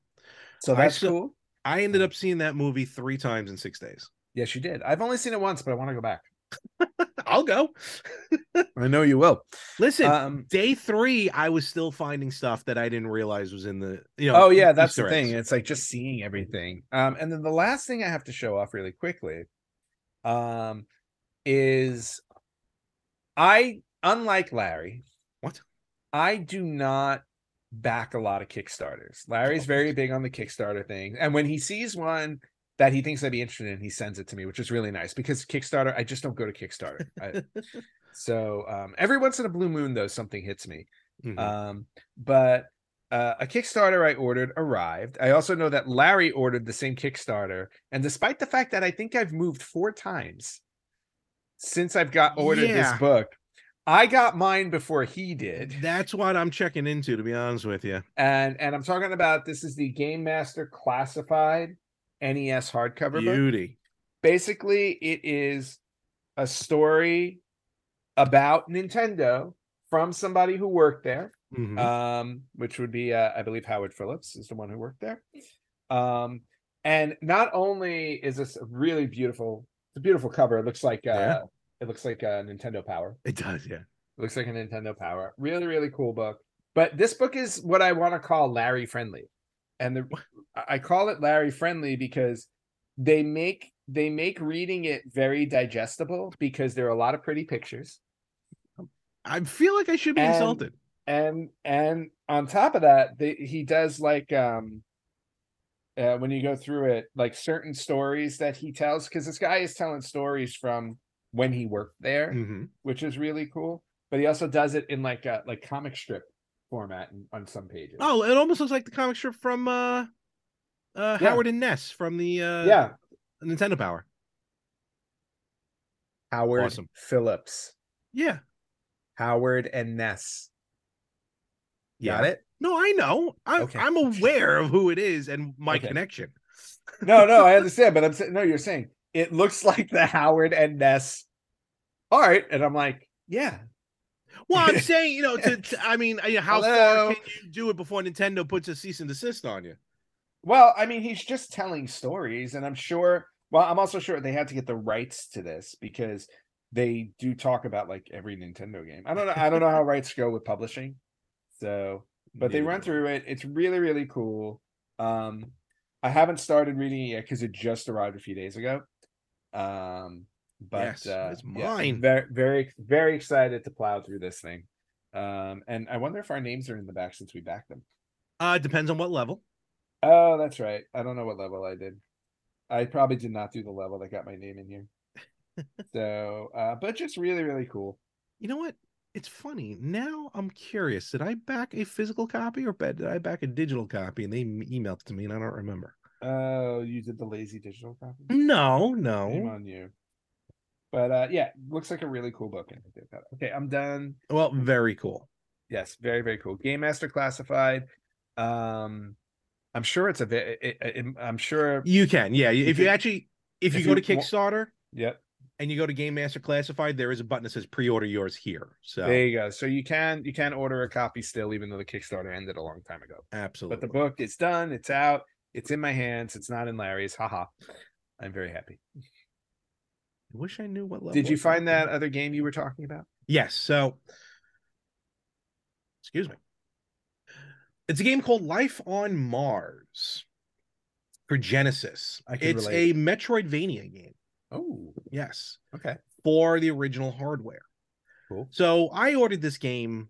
Speaker 2: So
Speaker 1: I
Speaker 2: that's
Speaker 1: still-
Speaker 2: cool.
Speaker 1: I ended up seeing that movie three times in six days.
Speaker 2: Yes, you did. I've only seen it once, but I want to go back.
Speaker 1: I'll go.
Speaker 2: I know you will.
Speaker 1: Listen,
Speaker 2: Um,
Speaker 1: day three, I was still finding stuff that I didn't realize was in the you know.
Speaker 2: oh yeah, that's the
Speaker 1: Easter eggs.
Speaker 2: thing. It's like just seeing everything. Um, and then the last thing I have to show off really quickly, um, is I unlike Larry.
Speaker 1: What?
Speaker 2: I do not back a lot of Kickstarters. Larry's
Speaker 1: Oh,
Speaker 2: very
Speaker 1: nice.
Speaker 2: big on the Kickstarter thing, and when he sees one that he thinks I'd be interested in, he sends it to me, which is really nice because Kickstarter. I just don't go to Kickstarter. I, so um, every once in a blue moon, though, something hits me.
Speaker 1: Mhm.
Speaker 2: Um, but uh, a Kickstarter I ordered arrived. I also know that Larry ordered the same Kickstarter, and despite the fact that I think I've moved four times since I've got ordered
Speaker 1: Yeah.
Speaker 2: this book, I got mine before he did.
Speaker 1: That's what I'm checking into, to be honest with you.
Speaker 2: And and I'm talking about this is the Game Master Classified NES hardcover book.
Speaker 1: Beauty.
Speaker 2: basically it is a story about Nintendo from somebody who worked there
Speaker 1: Mhm.
Speaker 2: um, which would be uh, I believe Howard Phillips is the one who worked there. Um, and not only is this a really beautiful, it's a beautiful cover. It looks like uh,
Speaker 1: Yeah.
Speaker 2: it looks like a Nintendo Power.
Speaker 1: it does, yeah.
Speaker 2: It looks like a Nintendo Power. Really, really cool book. But this book is what I want to call Larry friendly, and the I I call it Larry friendly because they make they make reading it very digestible because there are a lot of pretty pictures.
Speaker 1: I feel like I should be
Speaker 2: And-
Speaker 1: insulted.
Speaker 2: and and on top of that the, he does like um uh, when you go through it like certain stories that he tells because this guy is telling stories from when he worked there
Speaker 1: Mhm.
Speaker 2: which is really cool but he also does it in like a like comic strip format in, on some pages
Speaker 1: Oh, it almost looks like the comic strip from uh uh
Speaker 2: Yeah.
Speaker 1: Howard and Ness from the uh
Speaker 2: yeah
Speaker 1: Nintendo Power.
Speaker 2: howard
Speaker 1: awesome.
Speaker 2: phillips
Speaker 1: Yeah.
Speaker 2: howard and ness
Speaker 1: Yeah.
Speaker 2: got it
Speaker 1: No, I know. I,
Speaker 2: Okay.
Speaker 1: I'm aware of who it is and my
Speaker 2: Okay.
Speaker 1: connection.
Speaker 2: no no i understand but i'm saying no you're saying it looks like the howard and ness art and i'm like yeah
Speaker 1: Well, I'm saying, you know, to, to- I mean, you know, how
Speaker 2: Hello?
Speaker 1: far can you do it before Nintendo puts a cease and desist on you?
Speaker 2: Well, I mean, he's just telling stories, and I'm sure. Well, I'm also sure they had to get the rights to this because they do talk about like every Nintendo game. I don't know. I don't know how rights go with publishing, so but they
Speaker 1: Neither
Speaker 2: run
Speaker 1: do I.
Speaker 2: through it. It's really really cool. Um, I haven't started reading it yet because it just arrived a few days ago. Um, but
Speaker 1: Yes,
Speaker 2: uh,
Speaker 1: it's mine.
Speaker 2: very very very excited to plow through this thing. Um, and I wonder if our names are in the back since we backed them.
Speaker 1: Uh, depends on what level.
Speaker 2: Oh, that's right. I don't know what level I did. I probably did not do the level that got my name in here. so, uh, but just really, really cool.
Speaker 1: You know what? It's funny. Now I'm curious. Did I back a physical copy or ba- did I back a digital copy? And they m- emailed it to me, and I don't remember.
Speaker 2: Oh, you did the lazy digital copy?
Speaker 1: No,
Speaker 2: Shame
Speaker 1: no.
Speaker 2: on you. But uh, yeah, looks like a really cool book. and I did that. Okay, I'm done.
Speaker 1: Well, very cool.
Speaker 2: Yes, very, very cool. Game Master Classified. Um, I'm sure it's a. It, it, it, I'm sure.
Speaker 1: You can, yeah.
Speaker 2: You
Speaker 1: If you
Speaker 2: can-
Speaker 1: actually, if you
Speaker 2: if
Speaker 1: go
Speaker 2: you
Speaker 1: to
Speaker 2: wa-
Speaker 1: Kickstarter
Speaker 2: Yep.
Speaker 1: and you go to Game Master Classified, there is a button that says "Pre-order yours here." So,
Speaker 2: There you go. So you can you can order a copy still, even though the Kickstarter ended a long time ago.
Speaker 1: absolutely.
Speaker 2: But the book is done. It's out. It's in my hands. It's not in Larry's. Haha. I'm very happy.
Speaker 1: I wish I knew what level.
Speaker 2: Did you
Speaker 1: I
Speaker 2: find
Speaker 1: backed
Speaker 2: that uh,
Speaker 1: it.
Speaker 2: other game you were talking about?
Speaker 1: Yes. So, excuse me. It's a game called Life on Mars for Genesis.
Speaker 2: I can
Speaker 1: It's
Speaker 2: relate.
Speaker 1: a Metroidvania game.
Speaker 2: Oh,
Speaker 1: Yes.
Speaker 2: okay.
Speaker 1: For the original hardware.
Speaker 2: Cool.
Speaker 1: So I ordered this game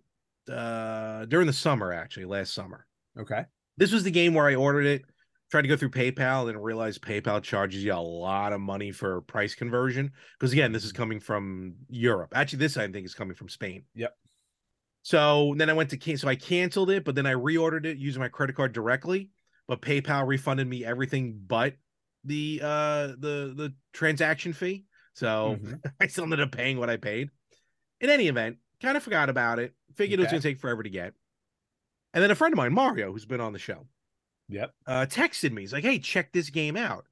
Speaker 1: uh during the summer, actually, last summer.
Speaker 2: Okay.
Speaker 1: This was the game where I ordered it, tried to go through PayPal, and realized PayPal charges you a lot of money for price conversion. Because again, this is coming from Europe. Actually, this I think is coming from Spain.
Speaker 2: Yep.
Speaker 1: So then I went to can- so I canceled it, but then I reordered it using my credit card directly. But PayPal refunded me everything but the uh the the transaction fee. So
Speaker 2: Mhm.
Speaker 1: I still ended up paying what I paid. In any event, kind of forgot about it. Figured it was
Speaker 2: Okay.
Speaker 1: going to take forever to get. And then a friend of mine, Mario, who's been on the show,
Speaker 2: Yep.
Speaker 1: uh, texted me. He's like, "Hey, check this game out,"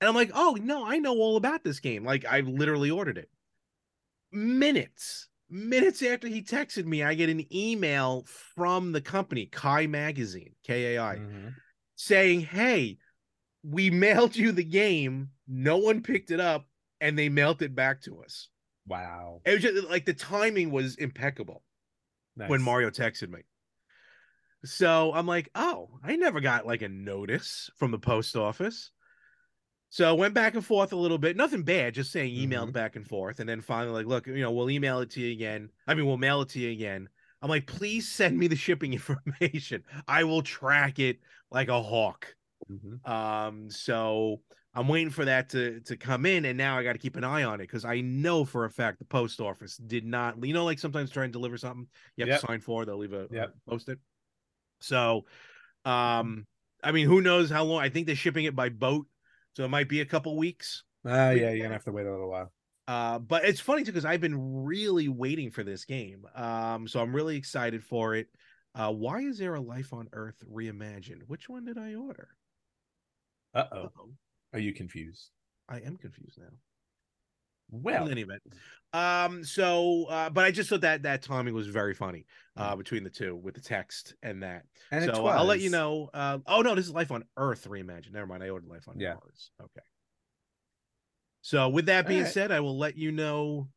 Speaker 1: and I'm like, "Oh no, I know all about this game. Like, I literally ordered it." Minutes, minutes after he texted me, I get an email from the company Kai Magazine, K A I,
Speaker 2: Mhm.
Speaker 1: saying, "Hey, we mailed you the game. No one picked it up, and they mailed it back to us."
Speaker 2: Wow.
Speaker 1: It was just like the timing was impeccable when
Speaker 2: Nice.
Speaker 1: Mario texted me. So I'm like, oh, I never got like a notice from the post office. So I went back and forth a little bit, nothing bad, just saying emailed
Speaker 2: Mhm.
Speaker 1: back and forth. And then finally, like, look, you know, we'll email it to you again. I mean, we'll mail it to you again. I'm like, please send me the shipping information. I will track it like a hawk.
Speaker 2: Mhm.
Speaker 1: Um, so I'm waiting for that to to come in, and now I got to keep an eye on it because I know for a fact the post office did not. You know, like sometimes try and deliver something, you have
Speaker 2: Yep.
Speaker 1: to sign for. They'll leave a
Speaker 2: Yep.
Speaker 1: post it. So, um, I mean, who knows how long? I think they're shipping it by boat, so it might be a couple weeks.
Speaker 2: Oh yeah, you're gonna have to wait a little while.
Speaker 1: Uh, but it's funny too because I've been really waiting for this game. Um, so I'm really excited for it. Uh, why is there a life on Earth reimagined? Which one did I order?
Speaker 2: Uh oh.
Speaker 1: Oh,
Speaker 2: Are you confused?
Speaker 1: I am confused now.
Speaker 2: Well,
Speaker 1: in any event um so uh but i just thought that that timing was very funny uh between the two with the text and that
Speaker 2: Mm. and it
Speaker 1: so i'll let you
Speaker 2: was.
Speaker 1: know uh oh no this is life on earth reimagined never mind i ordered life on
Speaker 2: Yeah.
Speaker 1: mars okay so with that being
Speaker 2: Alright.
Speaker 1: said i will let you know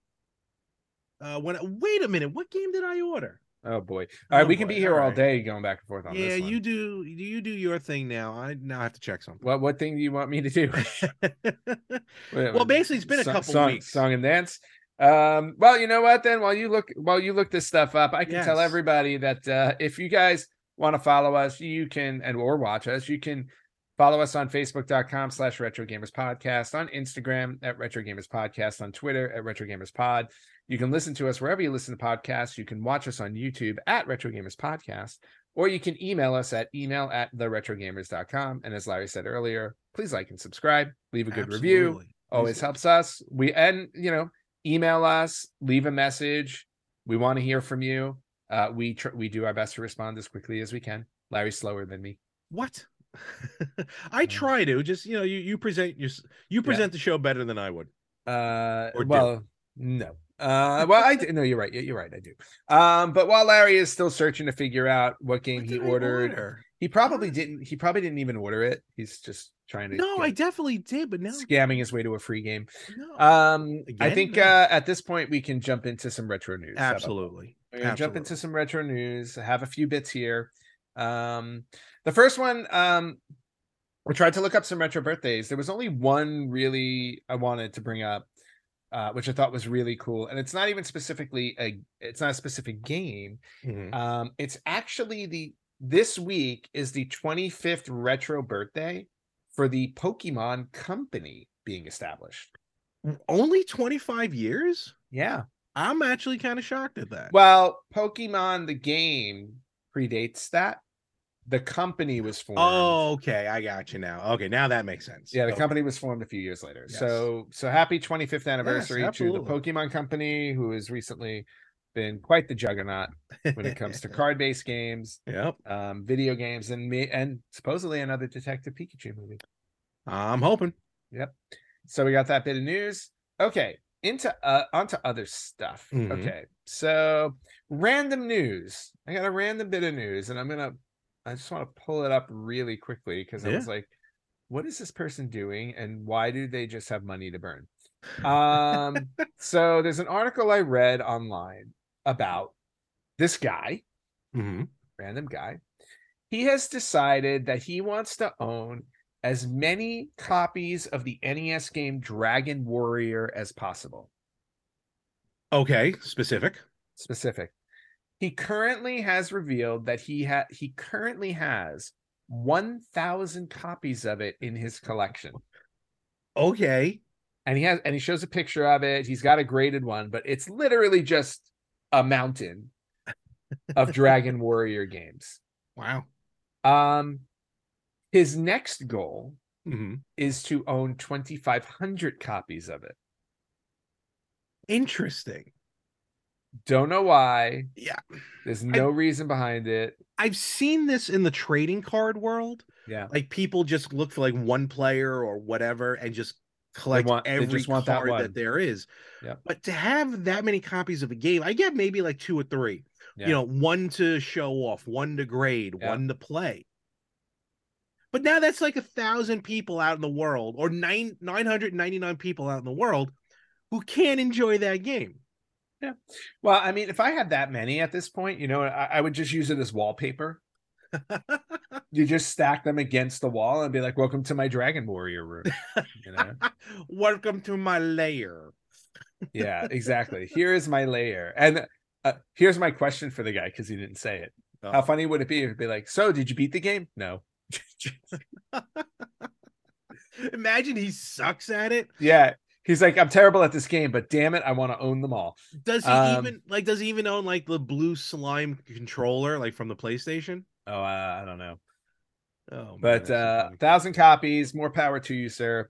Speaker 1: uh when wait a minute what game did i order
Speaker 2: Oh boy. All right,
Speaker 1: Oh,
Speaker 2: we can
Speaker 1: boy.
Speaker 2: be here all
Speaker 1: Alright.
Speaker 2: day going back and forth on
Speaker 1: yeah
Speaker 2: this. one.
Speaker 1: you do you do your thing now i now have to check something
Speaker 2: What what thing do you want me to do? Wait,
Speaker 1: well
Speaker 2: wait.
Speaker 1: basically it's been a
Speaker 2: Song-
Speaker 1: couple
Speaker 2: song,
Speaker 1: weeks
Speaker 2: Song and dance. Um, well, you know what? Then while you look while you look this stuff up, I can tell
Speaker 1: Yes.
Speaker 2: everybody that uh, if you guys want to follow us, you can and or watch us, you can follow us on facebook.com slash retro gamers podcast on instagram at retro gamers podcast on twitter at retro gamers pod you can listen to us wherever you listen to podcasts you can watch us on youtube at retro gamers podcast or you can email us at email at the retrogamers.com and as larry said earlier please like and subscribe leave a good review
Speaker 1: Absolutely.
Speaker 2: always
Speaker 1: Please-
Speaker 2: helps us we and you know email us leave a message we want to hear from you uh we tr- we do our best to respond as quickly as we can larry's slower than me
Speaker 1: What? I try to just you know you you present your you present the show better than I would.
Speaker 2: uh
Speaker 1: Or do.
Speaker 2: well no Uh, well, I did. No, you're right. You're right. I do. Um, but while Larry is still searching to figure out what game
Speaker 1: What
Speaker 2: he
Speaker 1: did I
Speaker 2: ordered,
Speaker 1: order?
Speaker 2: he probably didn't. He probably didn't even order it. He's just trying to
Speaker 1: No, I
Speaker 2: get-
Speaker 1: definitely did, but now
Speaker 2: scamming his way to a free game.
Speaker 1: no.
Speaker 2: Um, I
Speaker 1: Again?
Speaker 2: think uh, at this point we can jump into some retro news. How about that?
Speaker 1: absolutely.
Speaker 2: We're gonna jump
Speaker 1: Absolutely.
Speaker 2: into some retro news. I have a few bits here. Um, the first one, um, I tried to look up some retro birthdays. There was only one really I wanted to bring up, uh, which I thought was really cool. And it's not even specifically a it's not a specific game.
Speaker 1: Mhm.
Speaker 2: Um, it's actually the this week is the 25th retro birthday for the Pokemon Company being established.
Speaker 1: Only 25 years?
Speaker 2: Yeah.
Speaker 1: I'm actually kind of shocked at that.
Speaker 2: Well, Pokemon the game predates that. The company was formed.
Speaker 1: oh, okay. I got you now. Okay, now that makes sense.
Speaker 2: yeah, the
Speaker 1: Okay.
Speaker 2: company was formed a few years later.
Speaker 1: Yes.
Speaker 2: So, so happy 25th anniversary to the
Speaker 1: absolutely.
Speaker 2: Pokemon company, who has recently been quite the juggernaut when it comes to card-based games,
Speaker 1: Yep.
Speaker 2: um, video games, and me, and supposedly another Detective Pikachu movie.
Speaker 1: I'm hoping.
Speaker 2: So we got that bit of news. Okay, into uh onto other stuff.
Speaker 1: Mhm.
Speaker 2: Okay. So random news. I got a random bit of news and I'm going to I just want to pull it up really quickly cuz I
Speaker 1: Yeah.
Speaker 2: was like what is this person doing and why do they just have money to burn? Um so there's an article I read online about this guy
Speaker 1: Mhm.
Speaker 2: random guy. He has decided that he wants to own as many copies of the NES game Dragon Warrior as possible.
Speaker 1: Okay, specific.
Speaker 2: Specific. He currently has revealed that he ha- he currently has 1000 copies of it in his collection.
Speaker 1: Okay.
Speaker 2: And he has and he shows a picture of it. He's got a graded one, but it's literally just a mountain of Dragon Warrior games.
Speaker 1: Wow.
Speaker 2: Um his next goal
Speaker 1: Mhm.
Speaker 2: is to own 2500 copies of it
Speaker 1: Interesting.
Speaker 2: don't know why
Speaker 1: Yeah.
Speaker 2: there's no reason behind it
Speaker 1: I've seen this in the trading card world.
Speaker 2: yeah
Speaker 1: Like people just look for like one player or whatever and just collect
Speaker 2: want- they
Speaker 1: every
Speaker 2: just want that
Speaker 1: card that,
Speaker 2: one.
Speaker 1: there is.
Speaker 2: Yep.
Speaker 1: But to have that many copies of a game, I get maybe like two or three.
Speaker 2: Yeah.
Speaker 1: You know, one to show off, one to grade,
Speaker 2: Yeah.
Speaker 1: one to play. But now that's like a thousand people out in the world, or nine nine hundred ninety nine people out in the world, who can't enjoy that game.
Speaker 2: well i mean if i had that many at this point you know i, I would just use it as wallpaper you just stack them against the wall and be like welcome to my dragon warrior room you know
Speaker 1: Welcome to my layer.
Speaker 2: yeah exactly here is my layer and uh, here's my question for the guy because he didn't say it how
Speaker 1: Oh.
Speaker 2: funny would it be if it'd be like so did you beat the game no
Speaker 1: Imagine he sucks at it.
Speaker 2: yeah he's like i'm terrible at this game but damn it i want to own them all
Speaker 1: Does he
Speaker 2: Um,
Speaker 1: even like? Does he even own like the blue slime controller, like from the PlayStation?
Speaker 2: oh uh, i don't know
Speaker 1: Oh, man,
Speaker 2: but
Speaker 1: that's so
Speaker 2: uh
Speaker 1: funny.
Speaker 2: thousand copies more power to you sir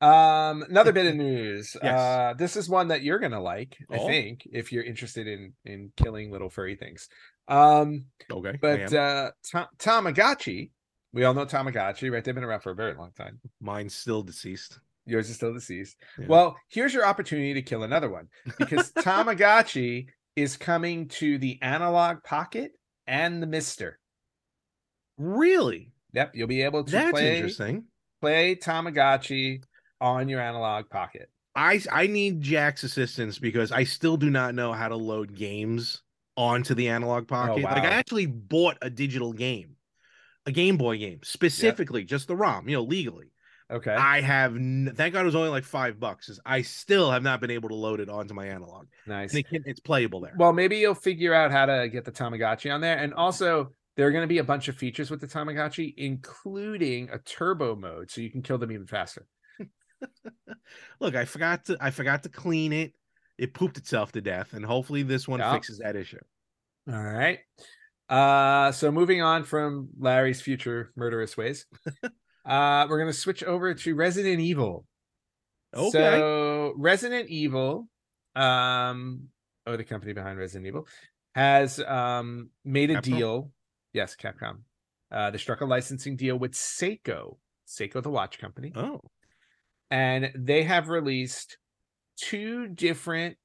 Speaker 2: um another bit of news
Speaker 1: Yes.
Speaker 2: uh this is one that you're gonna like i
Speaker 1: Oh.
Speaker 2: think if you're interested in in killing little furry things um
Speaker 1: okay, I
Speaker 2: but
Speaker 1: am.
Speaker 2: uh Ta- tamagotchi we all know tamagotchi right they've been around for a very long time
Speaker 1: mine's still deceased.
Speaker 2: yours is still deceased
Speaker 1: Yeah.
Speaker 2: well here's your opportunity to kill another one because tamagotchi is coming to the analog pocket and the mister
Speaker 1: Really?
Speaker 2: yep you'll be able to
Speaker 1: That's
Speaker 2: play
Speaker 1: interesting.
Speaker 2: play Tamagotchi on your analog pocket.
Speaker 1: I I need Jack's assistance because I still do not know how to load games onto the analog pocket. Like
Speaker 2: Oh, wow.
Speaker 1: I actually bought a digital game, a Game Boy game specifically, just the ROM, you know, legally.
Speaker 2: Okay.
Speaker 1: I have n- thank God it was only like five bucks. Is I still have not been able to load it onto my analog,
Speaker 2: nice.
Speaker 1: and it can, it's playable there.
Speaker 2: Well, maybe you'll figure out how to get the Tamagotchi on there. And also, there are going to be a bunch of features with the Tamagotchi, including a turbo mode, so you can kill them even faster.
Speaker 1: Look, I forgot to I forgot to clean it. It pooped itself to death, and hopefully this one
Speaker 2: Yeah.
Speaker 1: fixes that issue.
Speaker 2: All right. Uh, so moving on from Larry's future murderous ways, uh, we're going to switch over to Resident Evil.
Speaker 1: Okay.
Speaker 2: So Resident Evil, um, oh, the company behind Resident Evil has um made a
Speaker 1: Capcom?
Speaker 2: deal. Yes, Capcom. Uh, they struck a licensing deal with Seiko, Seiko the watch company,
Speaker 1: oh,
Speaker 2: and they have released two different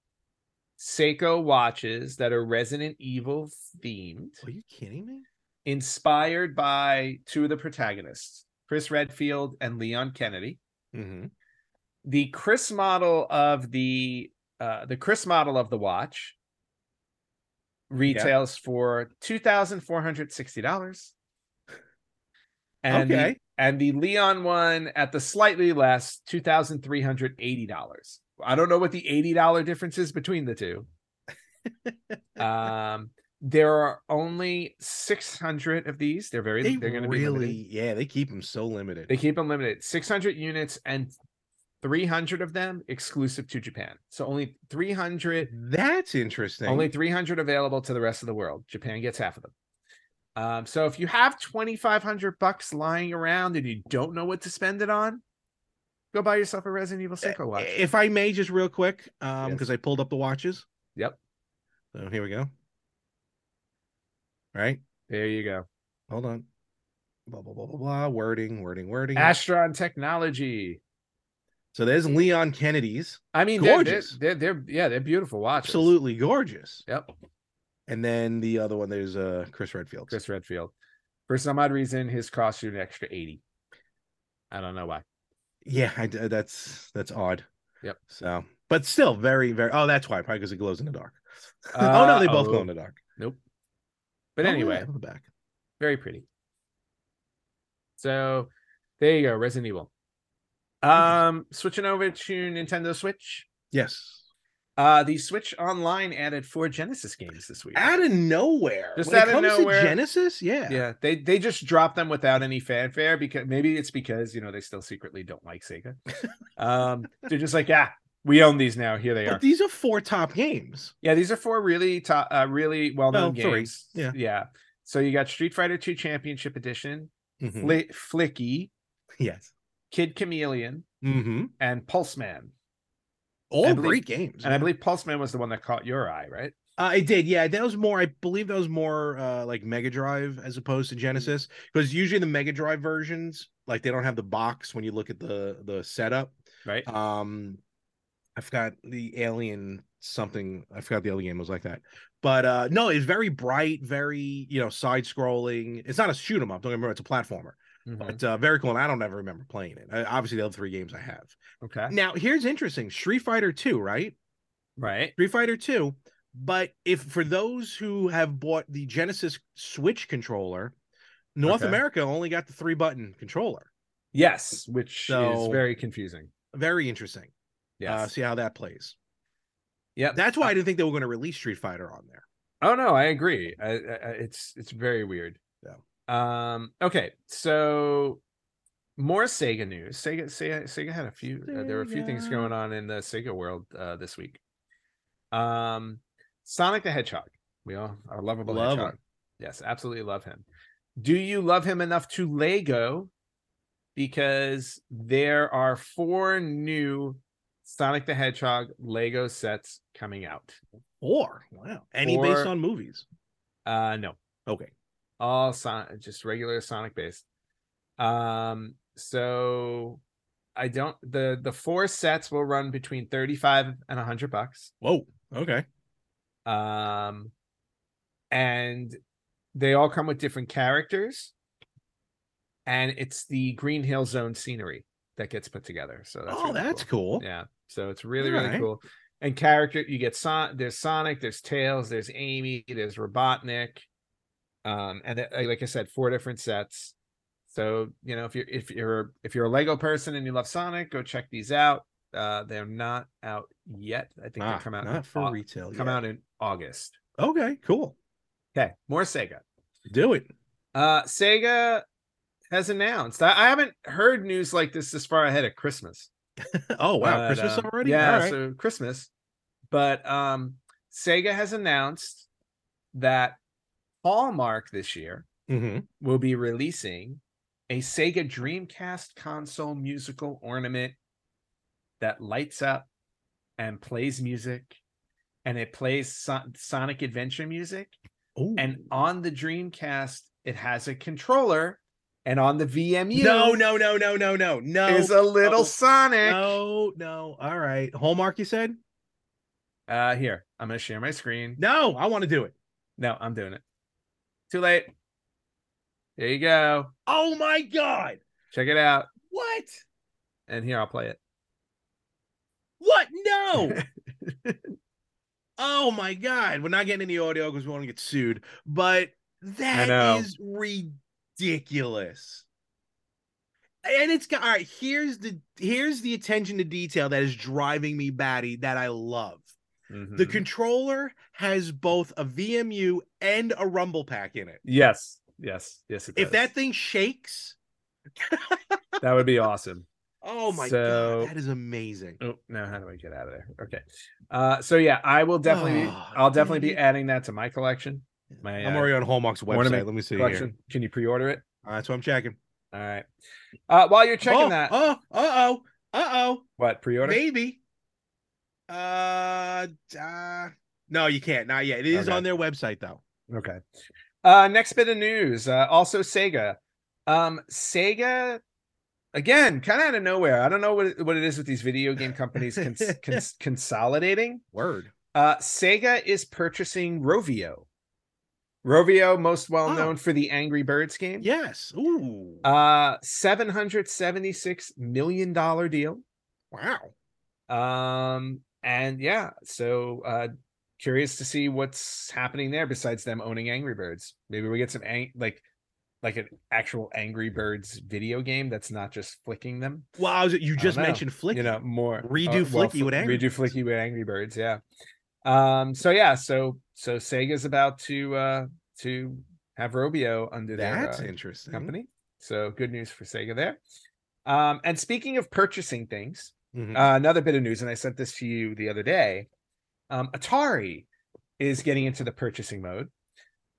Speaker 2: Seiko watches that are Resident Evil themed,
Speaker 1: Are you kidding me?
Speaker 2: inspired by two of the protagonists, Chris Redfield and Leon Kennedy.
Speaker 1: Mm-hmm.
Speaker 2: The Chris model of the uh, the Chris model of the watch retails for two thousand four hundred sixty dollars. And the
Speaker 1: Okay.
Speaker 2: and the Leon one at the slightly less two thousand three hundred eighty dollars. I don't know what the eighty dollar difference is between the two. um, there are only six hundred of these. They're very
Speaker 1: they
Speaker 2: they're going to be
Speaker 1: really,
Speaker 2: limited.
Speaker 1: yeah, they keep them so limited.
Speaker 2: They keep them limited. Six hundred units and three hundred of them exclusive to Japan. So only three hundred
Speaker 1: That's interesting.
Speaker 2: only 300 available to the rest of the world. Japan gets half of them. Um, so if you have 2,500 bucks lying around and you don't know what to spend it on, go buy yourself a Resident Evil
Speaker 1: Uh,
Speaker 2: Seiko watch.
Speaker 1: If I may, just real quick, um,
Speaker 2: Yes.
Speaker 1: because I pulled up the watches.
Speaker 2: Yep.
Speaker 1: So here we go. All right,
Speaker 2: There you go.
Speaker 1: hold on. Blah blah blah blah blah. Wording, wording, wording.
Speaker 2: Astron Technology.
Speaker 1: So there's Leon Kennedy's,
Speaker 2: I mean, they're, they're,
Speaker 1: Gorgeous.
Speaker 2: they're, they're- yeah, they're beautiful watches.
Speaker 1: absolutely gorgeous.
Speaker 2: Yep.
Speaker 1: And then the other one, there's uh Chris Redfield.
Speaker 2: Chris Redfield. For some odd reason, his cost you an extra 80. I don't know why.
Speaker 1: Yeah, I, d- that's that's odd.
Speaker 2: Yep.
Speaker 1: So, but still very very. Oh, that's why probably because it glows in the dark. oh no, they both
Speaker 2: Uh-oh.
Speaker 1: glow in the dark.
Speaker 2: But
Speaker 1: Oh, look at
Speaker 2: anyway,
Speaker 1: that on the back.
Speaker 2: very pretty. So there you go, Resident Evil. Um, switching over to Nintendo Switch.
Speaker 1: Yes.
Speaker 2: Uh, the Switch Online added four Genesis games this week.
Speaker 1: Out of nowhere.
Speaker 2: Just
Speaker 1: When it
Speaker 2: out of
Speaker 1: comes to
Speaker 2: nowhere.
Speaker 1: Genesis, Ah, yeah.
Speaker 2: yeah, they they just dropped them without any fanfare because maybe it's because you know they still secretly don't like Sega. um, they're just like, ah, we own these now. Here they
Speaker 1: But
Speaker 2: are.
Speaker 1: these are four top games.
Speaker 2: Yeah, these are four really top, uh, really well known
Speaker 1: Well, Oh, three,
Speaker 2: games.
Speaker 1: yeah.
Speaker 2: yeah. So you got Street Fighter Two Championship Edition,
Speaker 1: Mhm.
Speaker 2: Fli- Flicky,
Speaker 1: Yes.
Speaker 2: Kid Chameleon,
Speaker 1: hmm
Speaker 2: and Pulseman.
Speaker 1: All
Speaker 2: I
Speaker 1: great games.
Speaker 2: And I believe Pulseman was the one that caught your eye, right?
Speaker 1: uh, I did. Yeah, that was more. I believe that was more uh, like Mega Drive as opposed to Genesis, because usually the Mega Drive versions, like they don't have the box when you look at the the setup.
Speaker 2: Right.
Speaker 1: Um, I forgot the alien something. I forgot the other game was like that. But uh no, it's very bright, very you know side scrolling. It's not a shoot 'em up. Don't remember. It's a platformer.
Speaker 2: Mhm.
Speaker 1: But uh, very cool, and I don't ever remember playing it. I, obviously, the other three games I have.
Speaker 2: Okay.
Speaker 1: Now, here's interesting: Street Fighter Two, right? Mm-hmm.
Speaker 2: Right.
Speaker 1: Street Fighter Two. But if for those who have bought the Genesis Switch controller, North
Speaker 2: Okay.
Speaker 1: America only got the three button controller.
Speaker 2: Yes, which is
Speaker 1: So- Uh,
Speaker 2: very confusing.
Speaker 1: Very interesting.
Speaker 2: Yes.
Speaker 1: Uh, see how that plays.
Speaker 2: Yep.
Speaker 1: That's why I didn't think they were going to release Street Fighter on there.
Speaker 2: Oh no, I agree. I, I, I- it's it's very weird. Yeah. Um. Okay. So more Sega news. Sega Sega, Sega had a few. uh, there were a few things
Speaker 1: Sega.
Speaker 2: going on in the Sega world uh, this week. Um, Sonic the Hedgehog. We all our lovable
Speaker 1: Love
Speaker 2: Hedgehog. Yes, absolutely love him. Do you love him enough to Lego? Because there are four new Sonic the Hedgehog Lego sets coming out.
Speaker 1: Or wow, any based
Speaker 2: Or-
Speaker 1: on movies.
Speaker 2: Uh, no,
Speaker 1: Okay.
Speaker 2: all Sonic, just regular Sonic based. Um, so I don't the the four sets will run between 35 and 100 bucks.
Speaker 1: Whoa. Okay.
Speaker 2: Um, and they all come with different characters, and it's the Green Hill Zone scenery that gets put together. So that's
Speaker 1: oh,
Speaker 2: really
Speaker 1: that's
Speaker 2: cool.
Speaker 1: cool.
Speaker 2: Yeah. So it's really, really
Speaker 1: Alright.
Speaker 2: cool. And character, you get Son there's Sonic, there's Tails, there's Amy, there's Robotnik. Um, and that- like I said, four different sets. So, you know, if you're if you're if you're a Lego person and you love Sonic, go check these out. Uh they're not out yet. I think
Speaker 1: Ah,
Speaker 2: they come out in
Speaker 1: not for
Speaker 2: Au-
Speaker 1: retail.
Speaker 2: come
Speaker 1: yet.
Speaker 2: out in August.
Speaker 1: Okay. Cool.
Speaker 2: Okay, more Sega.
Speaker 1: Do it.
Speaker 2: Uh Sega has announced. I, I haven't heard news like this this far ahead of Christmas.
Speaker 1: Oh wow,
Speaker 2: But,
Speaker 1: Christmas
Speaker 2: um,
Speaker 1: already.
Speaker 2: Yeah,
Speaker 1: All right.
Speaker 2: so Christmas. But um Sega has announced that Hallmark this year
Speaker 1: Mhm.
Speaker 2: will be releasing a Sega Dreamcast console musical ornament that lights up and plays music and it plays Son- Sonic Adventure music
Speaker 1: Ooh.
Speaker 2: and on the Dreamcast it has a controller and on the VMU
Speaker 1: no, no, no, no, no, no, no,
Speaker 2: is a little
Speaker 1: no,
Speaker 2: Sonic
Speaker 1: no, no. All right, Hallmark. You said
Speaker 2: Uh, here I'm gonna share my screen.
Speaker 1: No, I want to do it.
Speaker 2: No, I'm doing it. Too late. There you go.
Speaker 1: Oh my god!
Speaker 2: Check it out.
Speaker 1: What?
Speaker 2: And here I'll play it.
Speaker 1: What? No. oh my god! We're not getting any audio because we want to get sued. But
Speaker 2: know.
Speaker 1: that is ridiculous. And it's got all right. Here's the here's the attention to detail that is driving me batty that I love. The
Speaker 2: Mhm.
Speaker 1: controller has both a VMU and a rumble pack in it.
Speaker 2: yes, yes, yes. It
Speaker 1: If
Speaker 2: does.
Speaker 1: that thing shakes,
Speaker 2: that would be awesome.
Speaker 1: oh my
Speaker 2: So-
Speaker 1: god, that is amazing.
Speaker 2: Oh, now how do I get out of there? Okay. Uh, so yeah, I will definitely, be,
Speaker 1: Ah,
Speaker 2: I'll definitely be
Speaker 1: dang
Speaker 2: adding that to my collection. My
Speaker 1: I'm
Speaker 2: uh,
Speaker 1: already on Hallmark's website.
Speaker 2: ornament
Speaker 1: Let me see
Speaker 2: collection.
Speaker 1: here.
Speaker 2: Can you pre-order it?
Speaker 1: Uh, That's what I'm checking.
Speaker 2: All right. Uh, while you're checking
Speaker 1: oh,
Speaker 2: that,
Speaker 1: Oh, uh oh, uh
Speaker 2: what
Speaker 1: oh,
Speaker 2: pre-order?
Speaker 1: maybe. Uh, uh, no, you can't. Not yet. It is
Speaker 2: Okay.
Speaker 1: on their website though.
Speaker 2: Okay. Uh, next bit of news. Uh, also Sega. Um, Sega. Again, kind of out of nowhere. I don't know what it, what it is with these video game companies cons- cons- consolidating.
Speaker 1: Word.
Speaker 2: Uh, Sega is purchasing Rovio. Rovio, most well
Speaker 1: Oh.
Speaker 2: known for the Angry Birds game.
Speaker 1: Yes. Ooh.
Speaker 2: Uh, seven hundred seventy-six million dollar deal.
Speaker 1: wow.
Speaker 2: Um, and yeah, so uh, curious to see what's happening there besides them owning Angry Birds. Maybe we get some ang- like, like an actual Angry Birds video game that's not just flicking them.
Speaker 1: Well, I was, you
Speaker 2: don't
Speaker 1: just
Speaker 2: know.
Speaker 1: mentioned Flick.
Speaker 2: You know, more uh,
Speaker 1: Redo Flicky
Speaker 2: fl-
Speaker 1: with Angry
Speaker 2: redo Flicky with Angry Birds. Yeah. Um. So yeah. So so Sega's about to uh to have Robio under their
Speaker 1: That's
Speaker 2: uh,
Speaker 1: interesting.
Speaker 2: company. So good news for Sega there. Um, and speaking of purchasing things,
Speaker 1: Mhm.
Speaker 2: uh, another bit of news, and I sent this to you the other day. Um, Atari is getting into the purchasing mode.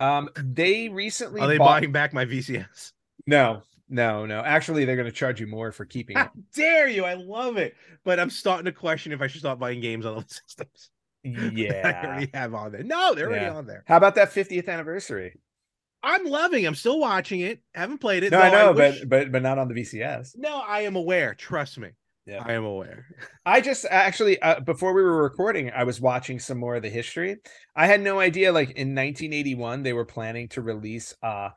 Speaker 2: Um, they recently
Speaker 1: Are they
Speaker 2: bought-
Speaker 1: buying back my VCS?
Speaker 2: No, no, no. Actually, they're going to charge you more for keeping it.
Speaker 1: How dare you? I love it. But I'm starting to question if I should start buying games on all the systems. I
Speaker 2: Yeah.
Speaker 1: already have on there. No, they're
Speaker 2: Yeah.
Speaker 1: already on there.
Speaker 2: How about that 50th anniversary?
Speaker 1: I'm loving. I'm still watching it. Haven't played it.
Speaker 2: No, I
Speaker 1: though
Speaker 2: know,
Speaker 1: wish-
Speaker 2: but but but not on the VCS.
Speaker 1: no, I am aware. Trust me.
Speaker 2: Yeah.
Speaker 1: I am aware.
Speaker 2: I just actually uh, before we were recording, I was watching some more of the history. I had no idea. Like in 1981, they were planning to release a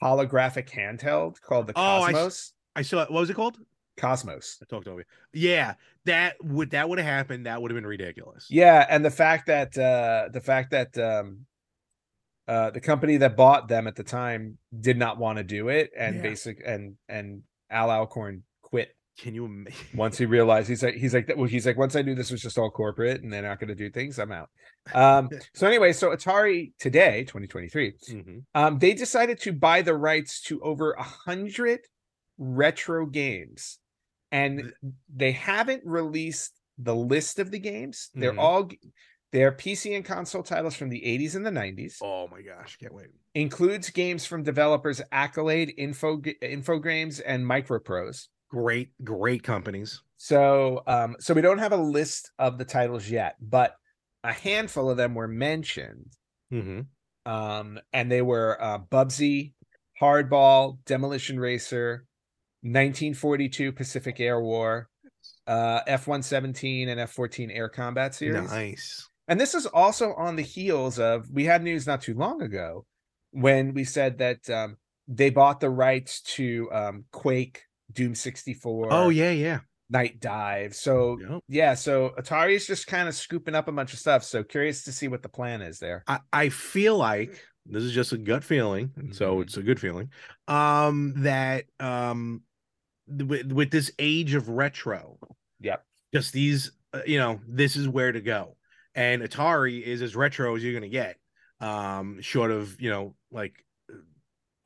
Speaker 2: holographic handheld called the
Speaker 1: Oh, I s-
Speaker 2: Cosmos.
Speaker 1: I saw what was it called?
Speaker 2: Cosmos.
Speaker 1: I talked over you. Yeah, that would that would have happened. That would have been ridiculous.
Speaker 2: Yeah, and the fact that uh the fact that um uh the company that bought them at the time did not want to do it, and
Speaker 1: Yeah.
Speaker 2: basic and and Al Alcorn quit
Speaker 1: Can you imagine?
Speaker 2: once he realized he's like he's like well he's like once I knew this was just all corporate and they're not going to do things I'm out. Um, so anyway, so Atari today 2023 um, they decided to buy the rights to over a hundred retro games, and they haven't released the list of the games. They're
Speaker 1: Mhm.
Speaker 2: all g- they're PC and console titles from the 80s and the 90s.
Speaker 1: Oh my gosh, can't wait.
Speaker 2: Includes games from developers Accolade, Info Infogrames, and Microprose.
Speaker 1: Great, great companies.
Speaker 2: So, um, so we don't have a list of the titles yet, but a handful of them were mentioned.
Speaker 1: Mm-hmm.
Speaker 2: um, and they were uh, Bubsy, Hardball, Demolition Racer, 1942 Pacific Air War, uh, F-117 and F-14 Air Combat series.
Speaker 1: Nice.
Speaker 2: And this is also on the heels of we had news not too long ago when we said that um, they bought the rights to um, Quake, Doom 64,
Speaker 1: Oh yeah, yeah.
Speaker 2: Night Dive. So
Speaker 1: Yep.
Speaker 2: yeah, so Atari is just kind of scooping up a bunch of stuff. So curious to see what the plan is there.
Speaker 1: I, I feel like this is just a gut feeling, and so
Speaker 2: Mhm.
Speaker 1: it's a good feeling. Um, that um, th- with with this age of retro,
Speaker 2: Yep.
Speaker 1: just these, uh, you know, this is where to go, and Atari is as retro as you're gonna get. Um, short of you know like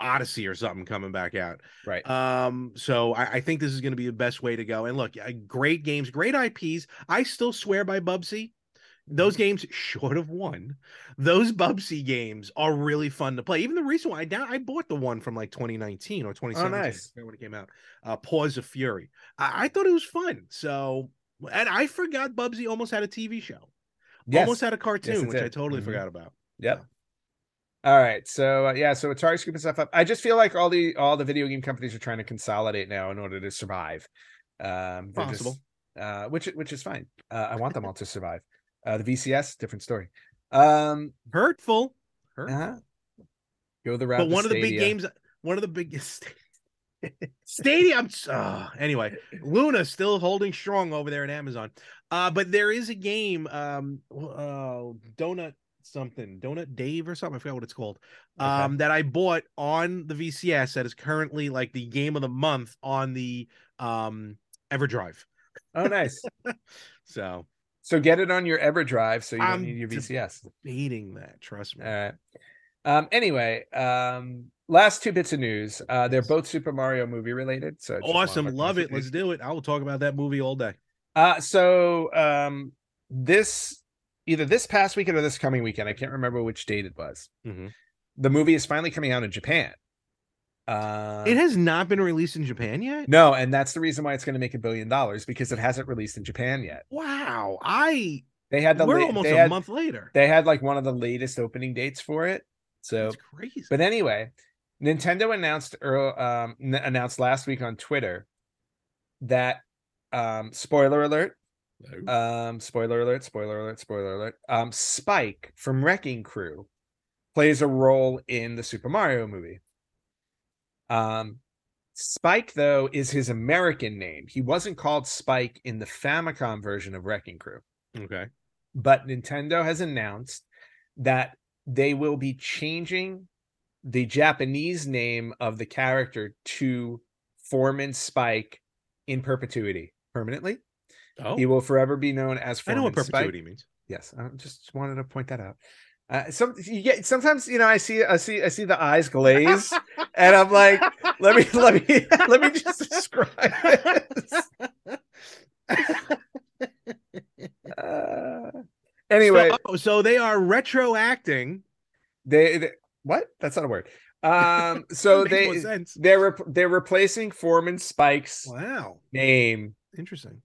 Speaker 1: Odyssey or something coming back out.
Speaker 2: Right.
Speaker 1: Um, so I, I think this is going to be the best way to go. And look, uh, great games, great IPs. I still swear by Bubsy.
Speaker 2: Mm-hmm.
Speaker 1: Those games, short of one, those Bubsy games are really fun to play. Even the recent one, I down, I bought the one from like 2019 or 2017
Speaker 2: Oh,
Speaker 1: I
Speaker 2: nice.
Speaker 1: forget when it came out. Uh, Pause of Fury. I, I thought it was fun. So, and I forgot Bubsy almost had a TV show, almost had a cartoon,
Speaker 2: it
Speaker 1: which I
Speaker 2: did.
Speaker 1: totally
Speaker 2: Mhm.
Speaker 1: forgot about.
Speaker 2: Yep. All right. So uh, yeah, so Atari scooping stuff up. I just feel like all the all the video game companies are trying to consolidate now in order to survive. Um, they're just-
Speaker 1: Possible.
Speaker 2: uh, which which is fine. Uh, I want them all to survive. Uh, the VCS, different story. Um,
Speaker 1: Hurtful. Hurtful.
Speaker 2: uh-huh. Go the route.
Speaker 1: But one of the big
Speaker 2: Stadia.
Speaker 1: games, one of the biggest stadium. Oh, anyway, Luna still holding strong over there in Amazon. Uh, but there is a game, um, oh, Donut something, Donut Dave or something. I forgot what it's called.
Speaker 2: Okay.
Speaker 1: Um, that I bought on the VCS that is currently like the game of the month on the um EverDrive.
Speaker 2: Oh, nice.
Speaker 1: So
Speaker 2: so get it on your EverDrive, so you don't
Speaker 1: I'm
Speaker 2: need your
Speaker 1: d-
Speaker 2: VCS.
Speaker 1: hating that, trust me.
Speaker 2: All right. Um, anyway, um, last two bits of news. Uh, they're
Speaker 1: Yes.
Speaker 2: both Super Mario movie related. So I just wanna
Speaker 1: awesome,
Speaker 2: talk
Speaker 1: love
Speaker 2: about
Speaker 1: it.
Speaker 2: these.
Speaker 1: Let's do it. I will talk about that movie all day.
Speaker 2: Uh, so um, this either this past weekend or this coming weekend, I can't remember which date it was.
Speaker 1: Mhm.
Speaker 2: The movie is finally coming out in Japan. Uh,
Speaker 1: it has not been released in Japan yet.
Speaker 2: no, and that's the reason why it's going to make a billion dollars because it hasn't released in Japan yet.
Speaker 1: Wow, I
Speaker 2: They had the
Speaker 1: we're
Speaker 2: la-
Speaker 1: almost
Speaker 2: they
Speaker 1: a
Speaker 2: had,
Speaker 1: month later.
Speaker 2: They had like one of the latest opening dates for it. So
Speaker 1: That's crazy.
Speaker 2: But anyway, Nintendo announced earl- um, n- announced last week on Twitter that um, spoiler alert, um, spoiler alert, spoiler alert, spoiler alert. Um, Spike from Wrecking Crew plays a role in the Super Mario movie. Um, Spike though is his American name. He wasn't called Spike in the Famicom version of Wrecking Crew
Speaker 1: okay.
Speaker 2: but Nintendo has announced that they will be changing the Japanese name of the character to Foreman Spike in perpetuity permanently.
Speaker 1: Oh,
Speaker 2: He will forever be known as
Speaker 1: I
Speaker 2: Foreman
Speaker 1: know what
Speaker 2: Spike.
Speaker 1: perpetuity means.
Speaker 2: Yes, I just wanted to point that out. Uh, some you get sometimes you know I see I see I see the eyes glaze and I'm like let me let me let me just describe this. Uh, anyway,
Speaker 1: so, oh, so they are retroacting.
Speaker 2: they, they what that's not a word um so
Speaker 1: Doesn't make no
Speaker 2: they
Speaker 1: sense.
Speaker 2: they're rep- they're replacing foreman spike's
Speaker 1: wow,
Speaker 2: name
Speaker 1: interesting.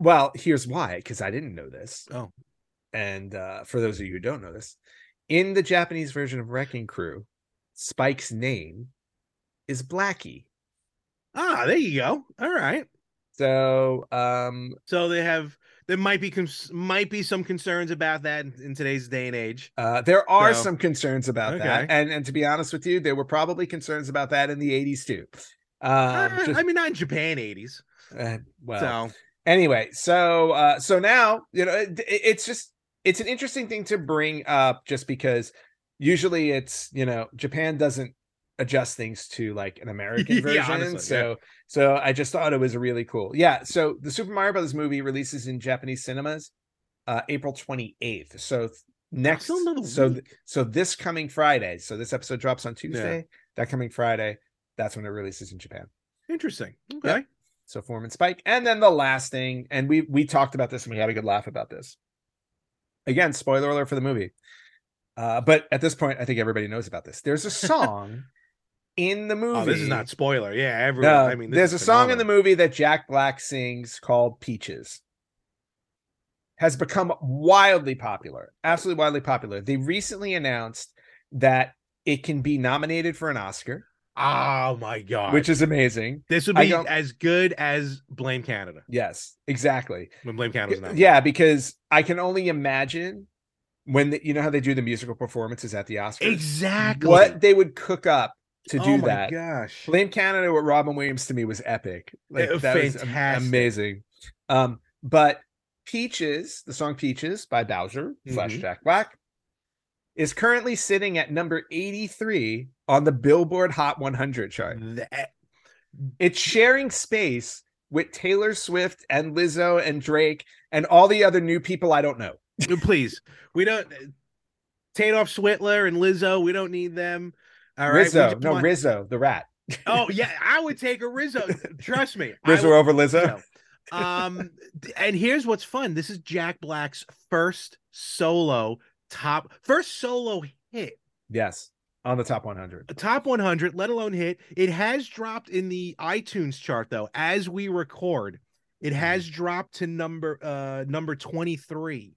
Speaker 2: well here's why because i didn't know this
Speaker 1: Oh.
Speaker 2: and uh for those of you who don't know this in the japanese version of wrecking crew spike's name is blackie
Speaker 1: Ah, there you go. All right.
Speaker 2: so um
Speaker 1: So they have there might be cons- might be some concerns about that in, in today's day and age.
Speaker 2: Uh, there are
Speaker 1: So-
Speaker 2: some concerns about
Speaker 1: Okay.
Speaker 2: that, and and to be honest with you, there were probably concerns about that in the '80s too. Um,
Speaker 1: Uh,
Speaker 2: just-
Speaker 1: I mean, not in Japan '80s.
Speaker 2: uh, well,
Speaker 1: so
Speaker 2: anyway so uh so now you know it, it- it's just it's an interesting thing to bring up just because usually it's you know japan doesn't adjust things to like an american
Speaker 1: Yeah,
Speaker 2: version
Speaker 1: honestly, yeah.
Speaker 2: so so i just thought it was really cool yeah so the super mario brothers movie releases in japanese cinemas uh april 28th so th- next
Speaker 1: still another
Speaker 2: so th-
Speaker 1: week.
Speaker 2: so this coming friday so this episode drops on tuesday that coming friday that's when it releases in japan
Speaker 1: interesting. Okay.
Speaker 2: Yeah. so Foreman Spike. And then the last thing, and we we talked about this and we had a good laugh about this. Again, spoiler alert for the movie. Uh, but at this point, I think everybody knows about this. There's a song in the movie.
Speaker 1: Oh, this is not spoiler. Yeah, everyone.
Speaker 2: No,
Speaker 1: I mean,
Speaker 2: there's a song in the movie that Jack Black sings called Peaches. Has become wildly popular, absolutely wildly popular. They recently announced that it can be nominated for an Oscar,
Speaker 1: Oh my god.
Speaker 2: which is amazing.
Speaker 1: this would
Speaker 2: I
Speaker 1: be
Speaker 2: don't-
Speaker 1: as good as Blame Canada
Speaker 2: Yes, exactly.
Speaker 1: when Blame Canada's not.
Speaker 2: yeah because i can only imagine when the, you know how they do the musical performances at the oscars
Speaker 1: Exactly.
Speaker 2: what they would cook up to do
Speaker 1: oh my
Speaker 2: that
Speaker 1: gosh.
Speaker 2: blame canada with robin williams to me was epic like
Speaker 1: Uh,
Speaker 2: that was am-
Speaker 1: fantastic.
Speaker 2: amazing um but peaches the song peaches by bowser slash
Speaker 1: Mhm.
Speaker 2: jack black is currently sitting at number 83 on the billboard hot 100 chart
Speaker 1: That-
Speaker 2: it's sharing space with Taylor Swift and Lizzo and Drake and all the other new people I don't know.
Speaker 1: please, we don't. eh, Tadoff Switler and Lizzo, we don't need them. All right. we
Speaker 2: Rizzo,
Speaker 1: just
Speaker 2: no
Speaker 1: want-
Speaker 2: Rizzo, the rat.
Speaker 1: Oh yeah, I would take a Rizzo. Trust me, I
Speaker 2: Rizzo
Speaker 1: would-
Speaker 2: over Lizzo.
Speaker 1: no. Um, and here's what's fun. This is Jack Black's first solo top, first solo hit.
Speaker 2: Yes, on the top 100.
Speaker 1: a top 100, let alone hit. It has dropped in the iTunes chart though. As we record, it has dropped to number uh number 23.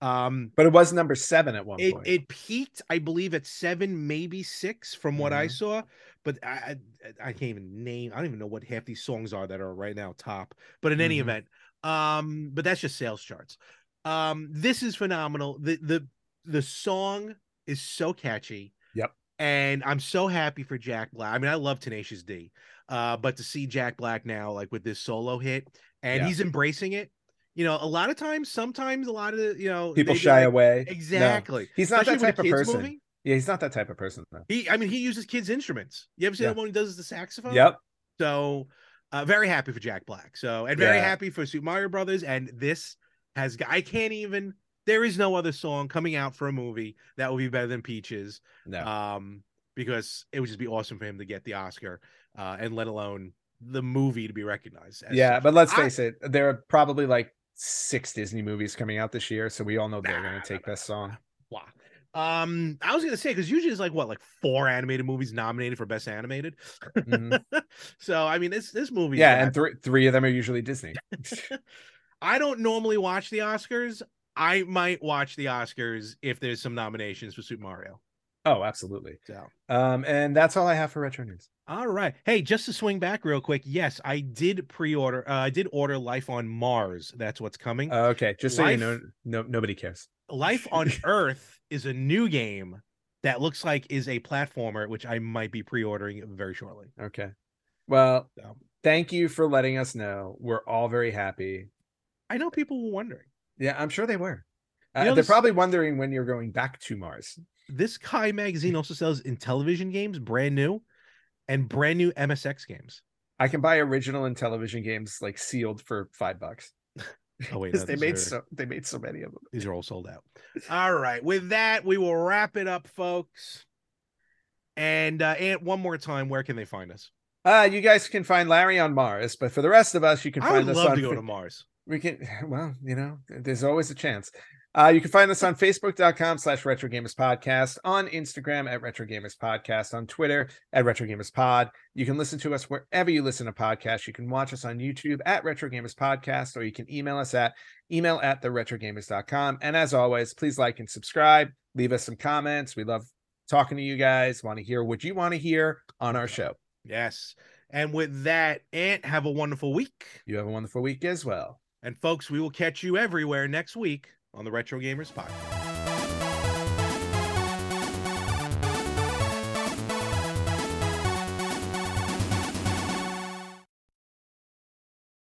Speaker 1: Um
Speaker 2: But it was number seven at one
Speaker 1: it
Speaker 2: point.
Speaker 1: it peaked, I believe, at seven, maybe six, from what I
Speaker 2: Mhm.
Speaker 1: saw. But I, I I can't even name. I don't even know what half these songs are that are right now top. But in any
Speaker 2: Mhm.
Speaker 1: event, um, but that's just sales charts. Um, this is phenomenal. The the the song is so catchy.
Speaker 2: Yep.
Speaker 1: And I'm so happy for Jack Black. I mean, I love Tenacious D. Uh, but to see Jack Black now, like with this solo hit, and
Speaker 2: Yeah.
Speaker 1: he's embracing it. You know, a lot of times, sometimes a lot of the, you know
Speaker 2: People
Speaker 1: they do,
Speaker 2: shy
Speaker 1: like-
Speaker 2: away. No.
Speaker 1: Exactly.
Speaker 2: He's not
Speaker 1: Especially
Speaker 2: that
Speaker 1: with a
Speaker 2: type of
Speaker 1: kids
Speaker 2: person.
Speaker 1: movie.
Speaker 2: Yeah, he's not that type of person though.
Speaker 1: He, I mean, he uses kids' instruments. You ever see
Speaker 2: Yeah.
Speaker 1: the one who does the saxophone?
Speaker 2: Yep.
Speaker 1: So, uh, very happy for Jack Black. So, and very
Speaker 2: Yeah.
Speaker 1: happy for Super Mario Brothers. And this has, I can't even. There is no other song coming out for a movie that will be better than Peaches,
Speaker 2: No.
Speaker 1: um, because it would just be awesome for him to get the Oscar, uh, and let alone the movie to be recognized. as
Speaker 2: yeah,
Speaker 1: such.
Speaker 2: but let's
Speaker 1: I-
Speaker 2: face it, there are probably like six Disney movies coming out this year, so we all know they're
Speaker 1: Nah,
Speaker 2: going to take this song.
Speaker 1: Wow. Um, I was gonna say because usually it's like what, like four animated movies nominated for best animated.
Speaker 2: Mhm.
Speaker 1: So I mean, this this movie,
Speaker 2: Yeah, and three three of them are usually Disney.
Speaker 1: I don't normally watch the Oscars. I might watch the Oscars if there's some nominations for Super Mario.
Speaker 2: oh, absolutely.
Speaker 1: So,
Speaker 2: Um, and that's all I have for retro news.
Speaker 1: all right. Hey, just to swing back real quick. Yes, I did pre-order. Uh, I did order Life on Mars. That's what's coming.
Speaker 2: Uh, okay, just so
Speaker 1: Life-
Speaker 2: you know, no, nobody cares.
Speaker 1: Life on Earth is a new game that looks like is a platformer, which I might be pre-ordering very shortly.
Speaker 2: Okay. Well,
Speaker 1: So,
Speaker 2: thank you for letting us know. We're all very happy.
Speaker 1: I know people were wondering.
Speaker 2: Yeah, I'm sure they were. Uh,
Speaker 1: You know,
Speaker 2: they're
Speaker 1: this-
Speaker 2: probably wondering when you're going back to Mars.
Speaker 1: This Kai magazine also sells in television games, brand new, and brand new MSX games.
Speaker 2: I can buy original and television games like sealed for five bucks
Speaker 1: Oh wait,
Speaker 2: because
Speaker 1: no,
Speaker 2: they
Speaker 1: these
Speaker 2: made
Speaker 1: are-
Speaker 2: so they made so many of them.
Speaker 1: these are all sold out. All right, with that, we will wrap it up, folks. And uh, Ant, one more time, where can they find us?
Speaker 2: Uh, you guys can find Larry on Mars, but for the rest of us, you can
Speaker 1: I would
Speaker 2: find us
Speaker 1: love
Speaker 2: on.
Speaker 1: to go to Mars.
Speaker 2: we can well, you know, there's always a chance. Uh, you can find us on Facebook.com slash Retro Gamers Podcast, on Instagram at Retro Gamers Podcast, on Twitter at Retro Gamers Pod. You can listen to us wherever you listen to podcasts. You can watch us on YouTube at Retro Gamers Podcast, or you can email us at email at the retrogamers.com. And as always, please like and subscribe. Leave us some comments. We love talking to you guys. Want to hear what you want to hear on our show.
Speaker 1: Yes. And with that, Ant, have a wonderful week.
Speaker 2: You have a wonderful week as well.
Speaker 1: And folks, we will catch you everywhere next week on the Retro Gamers Podcast.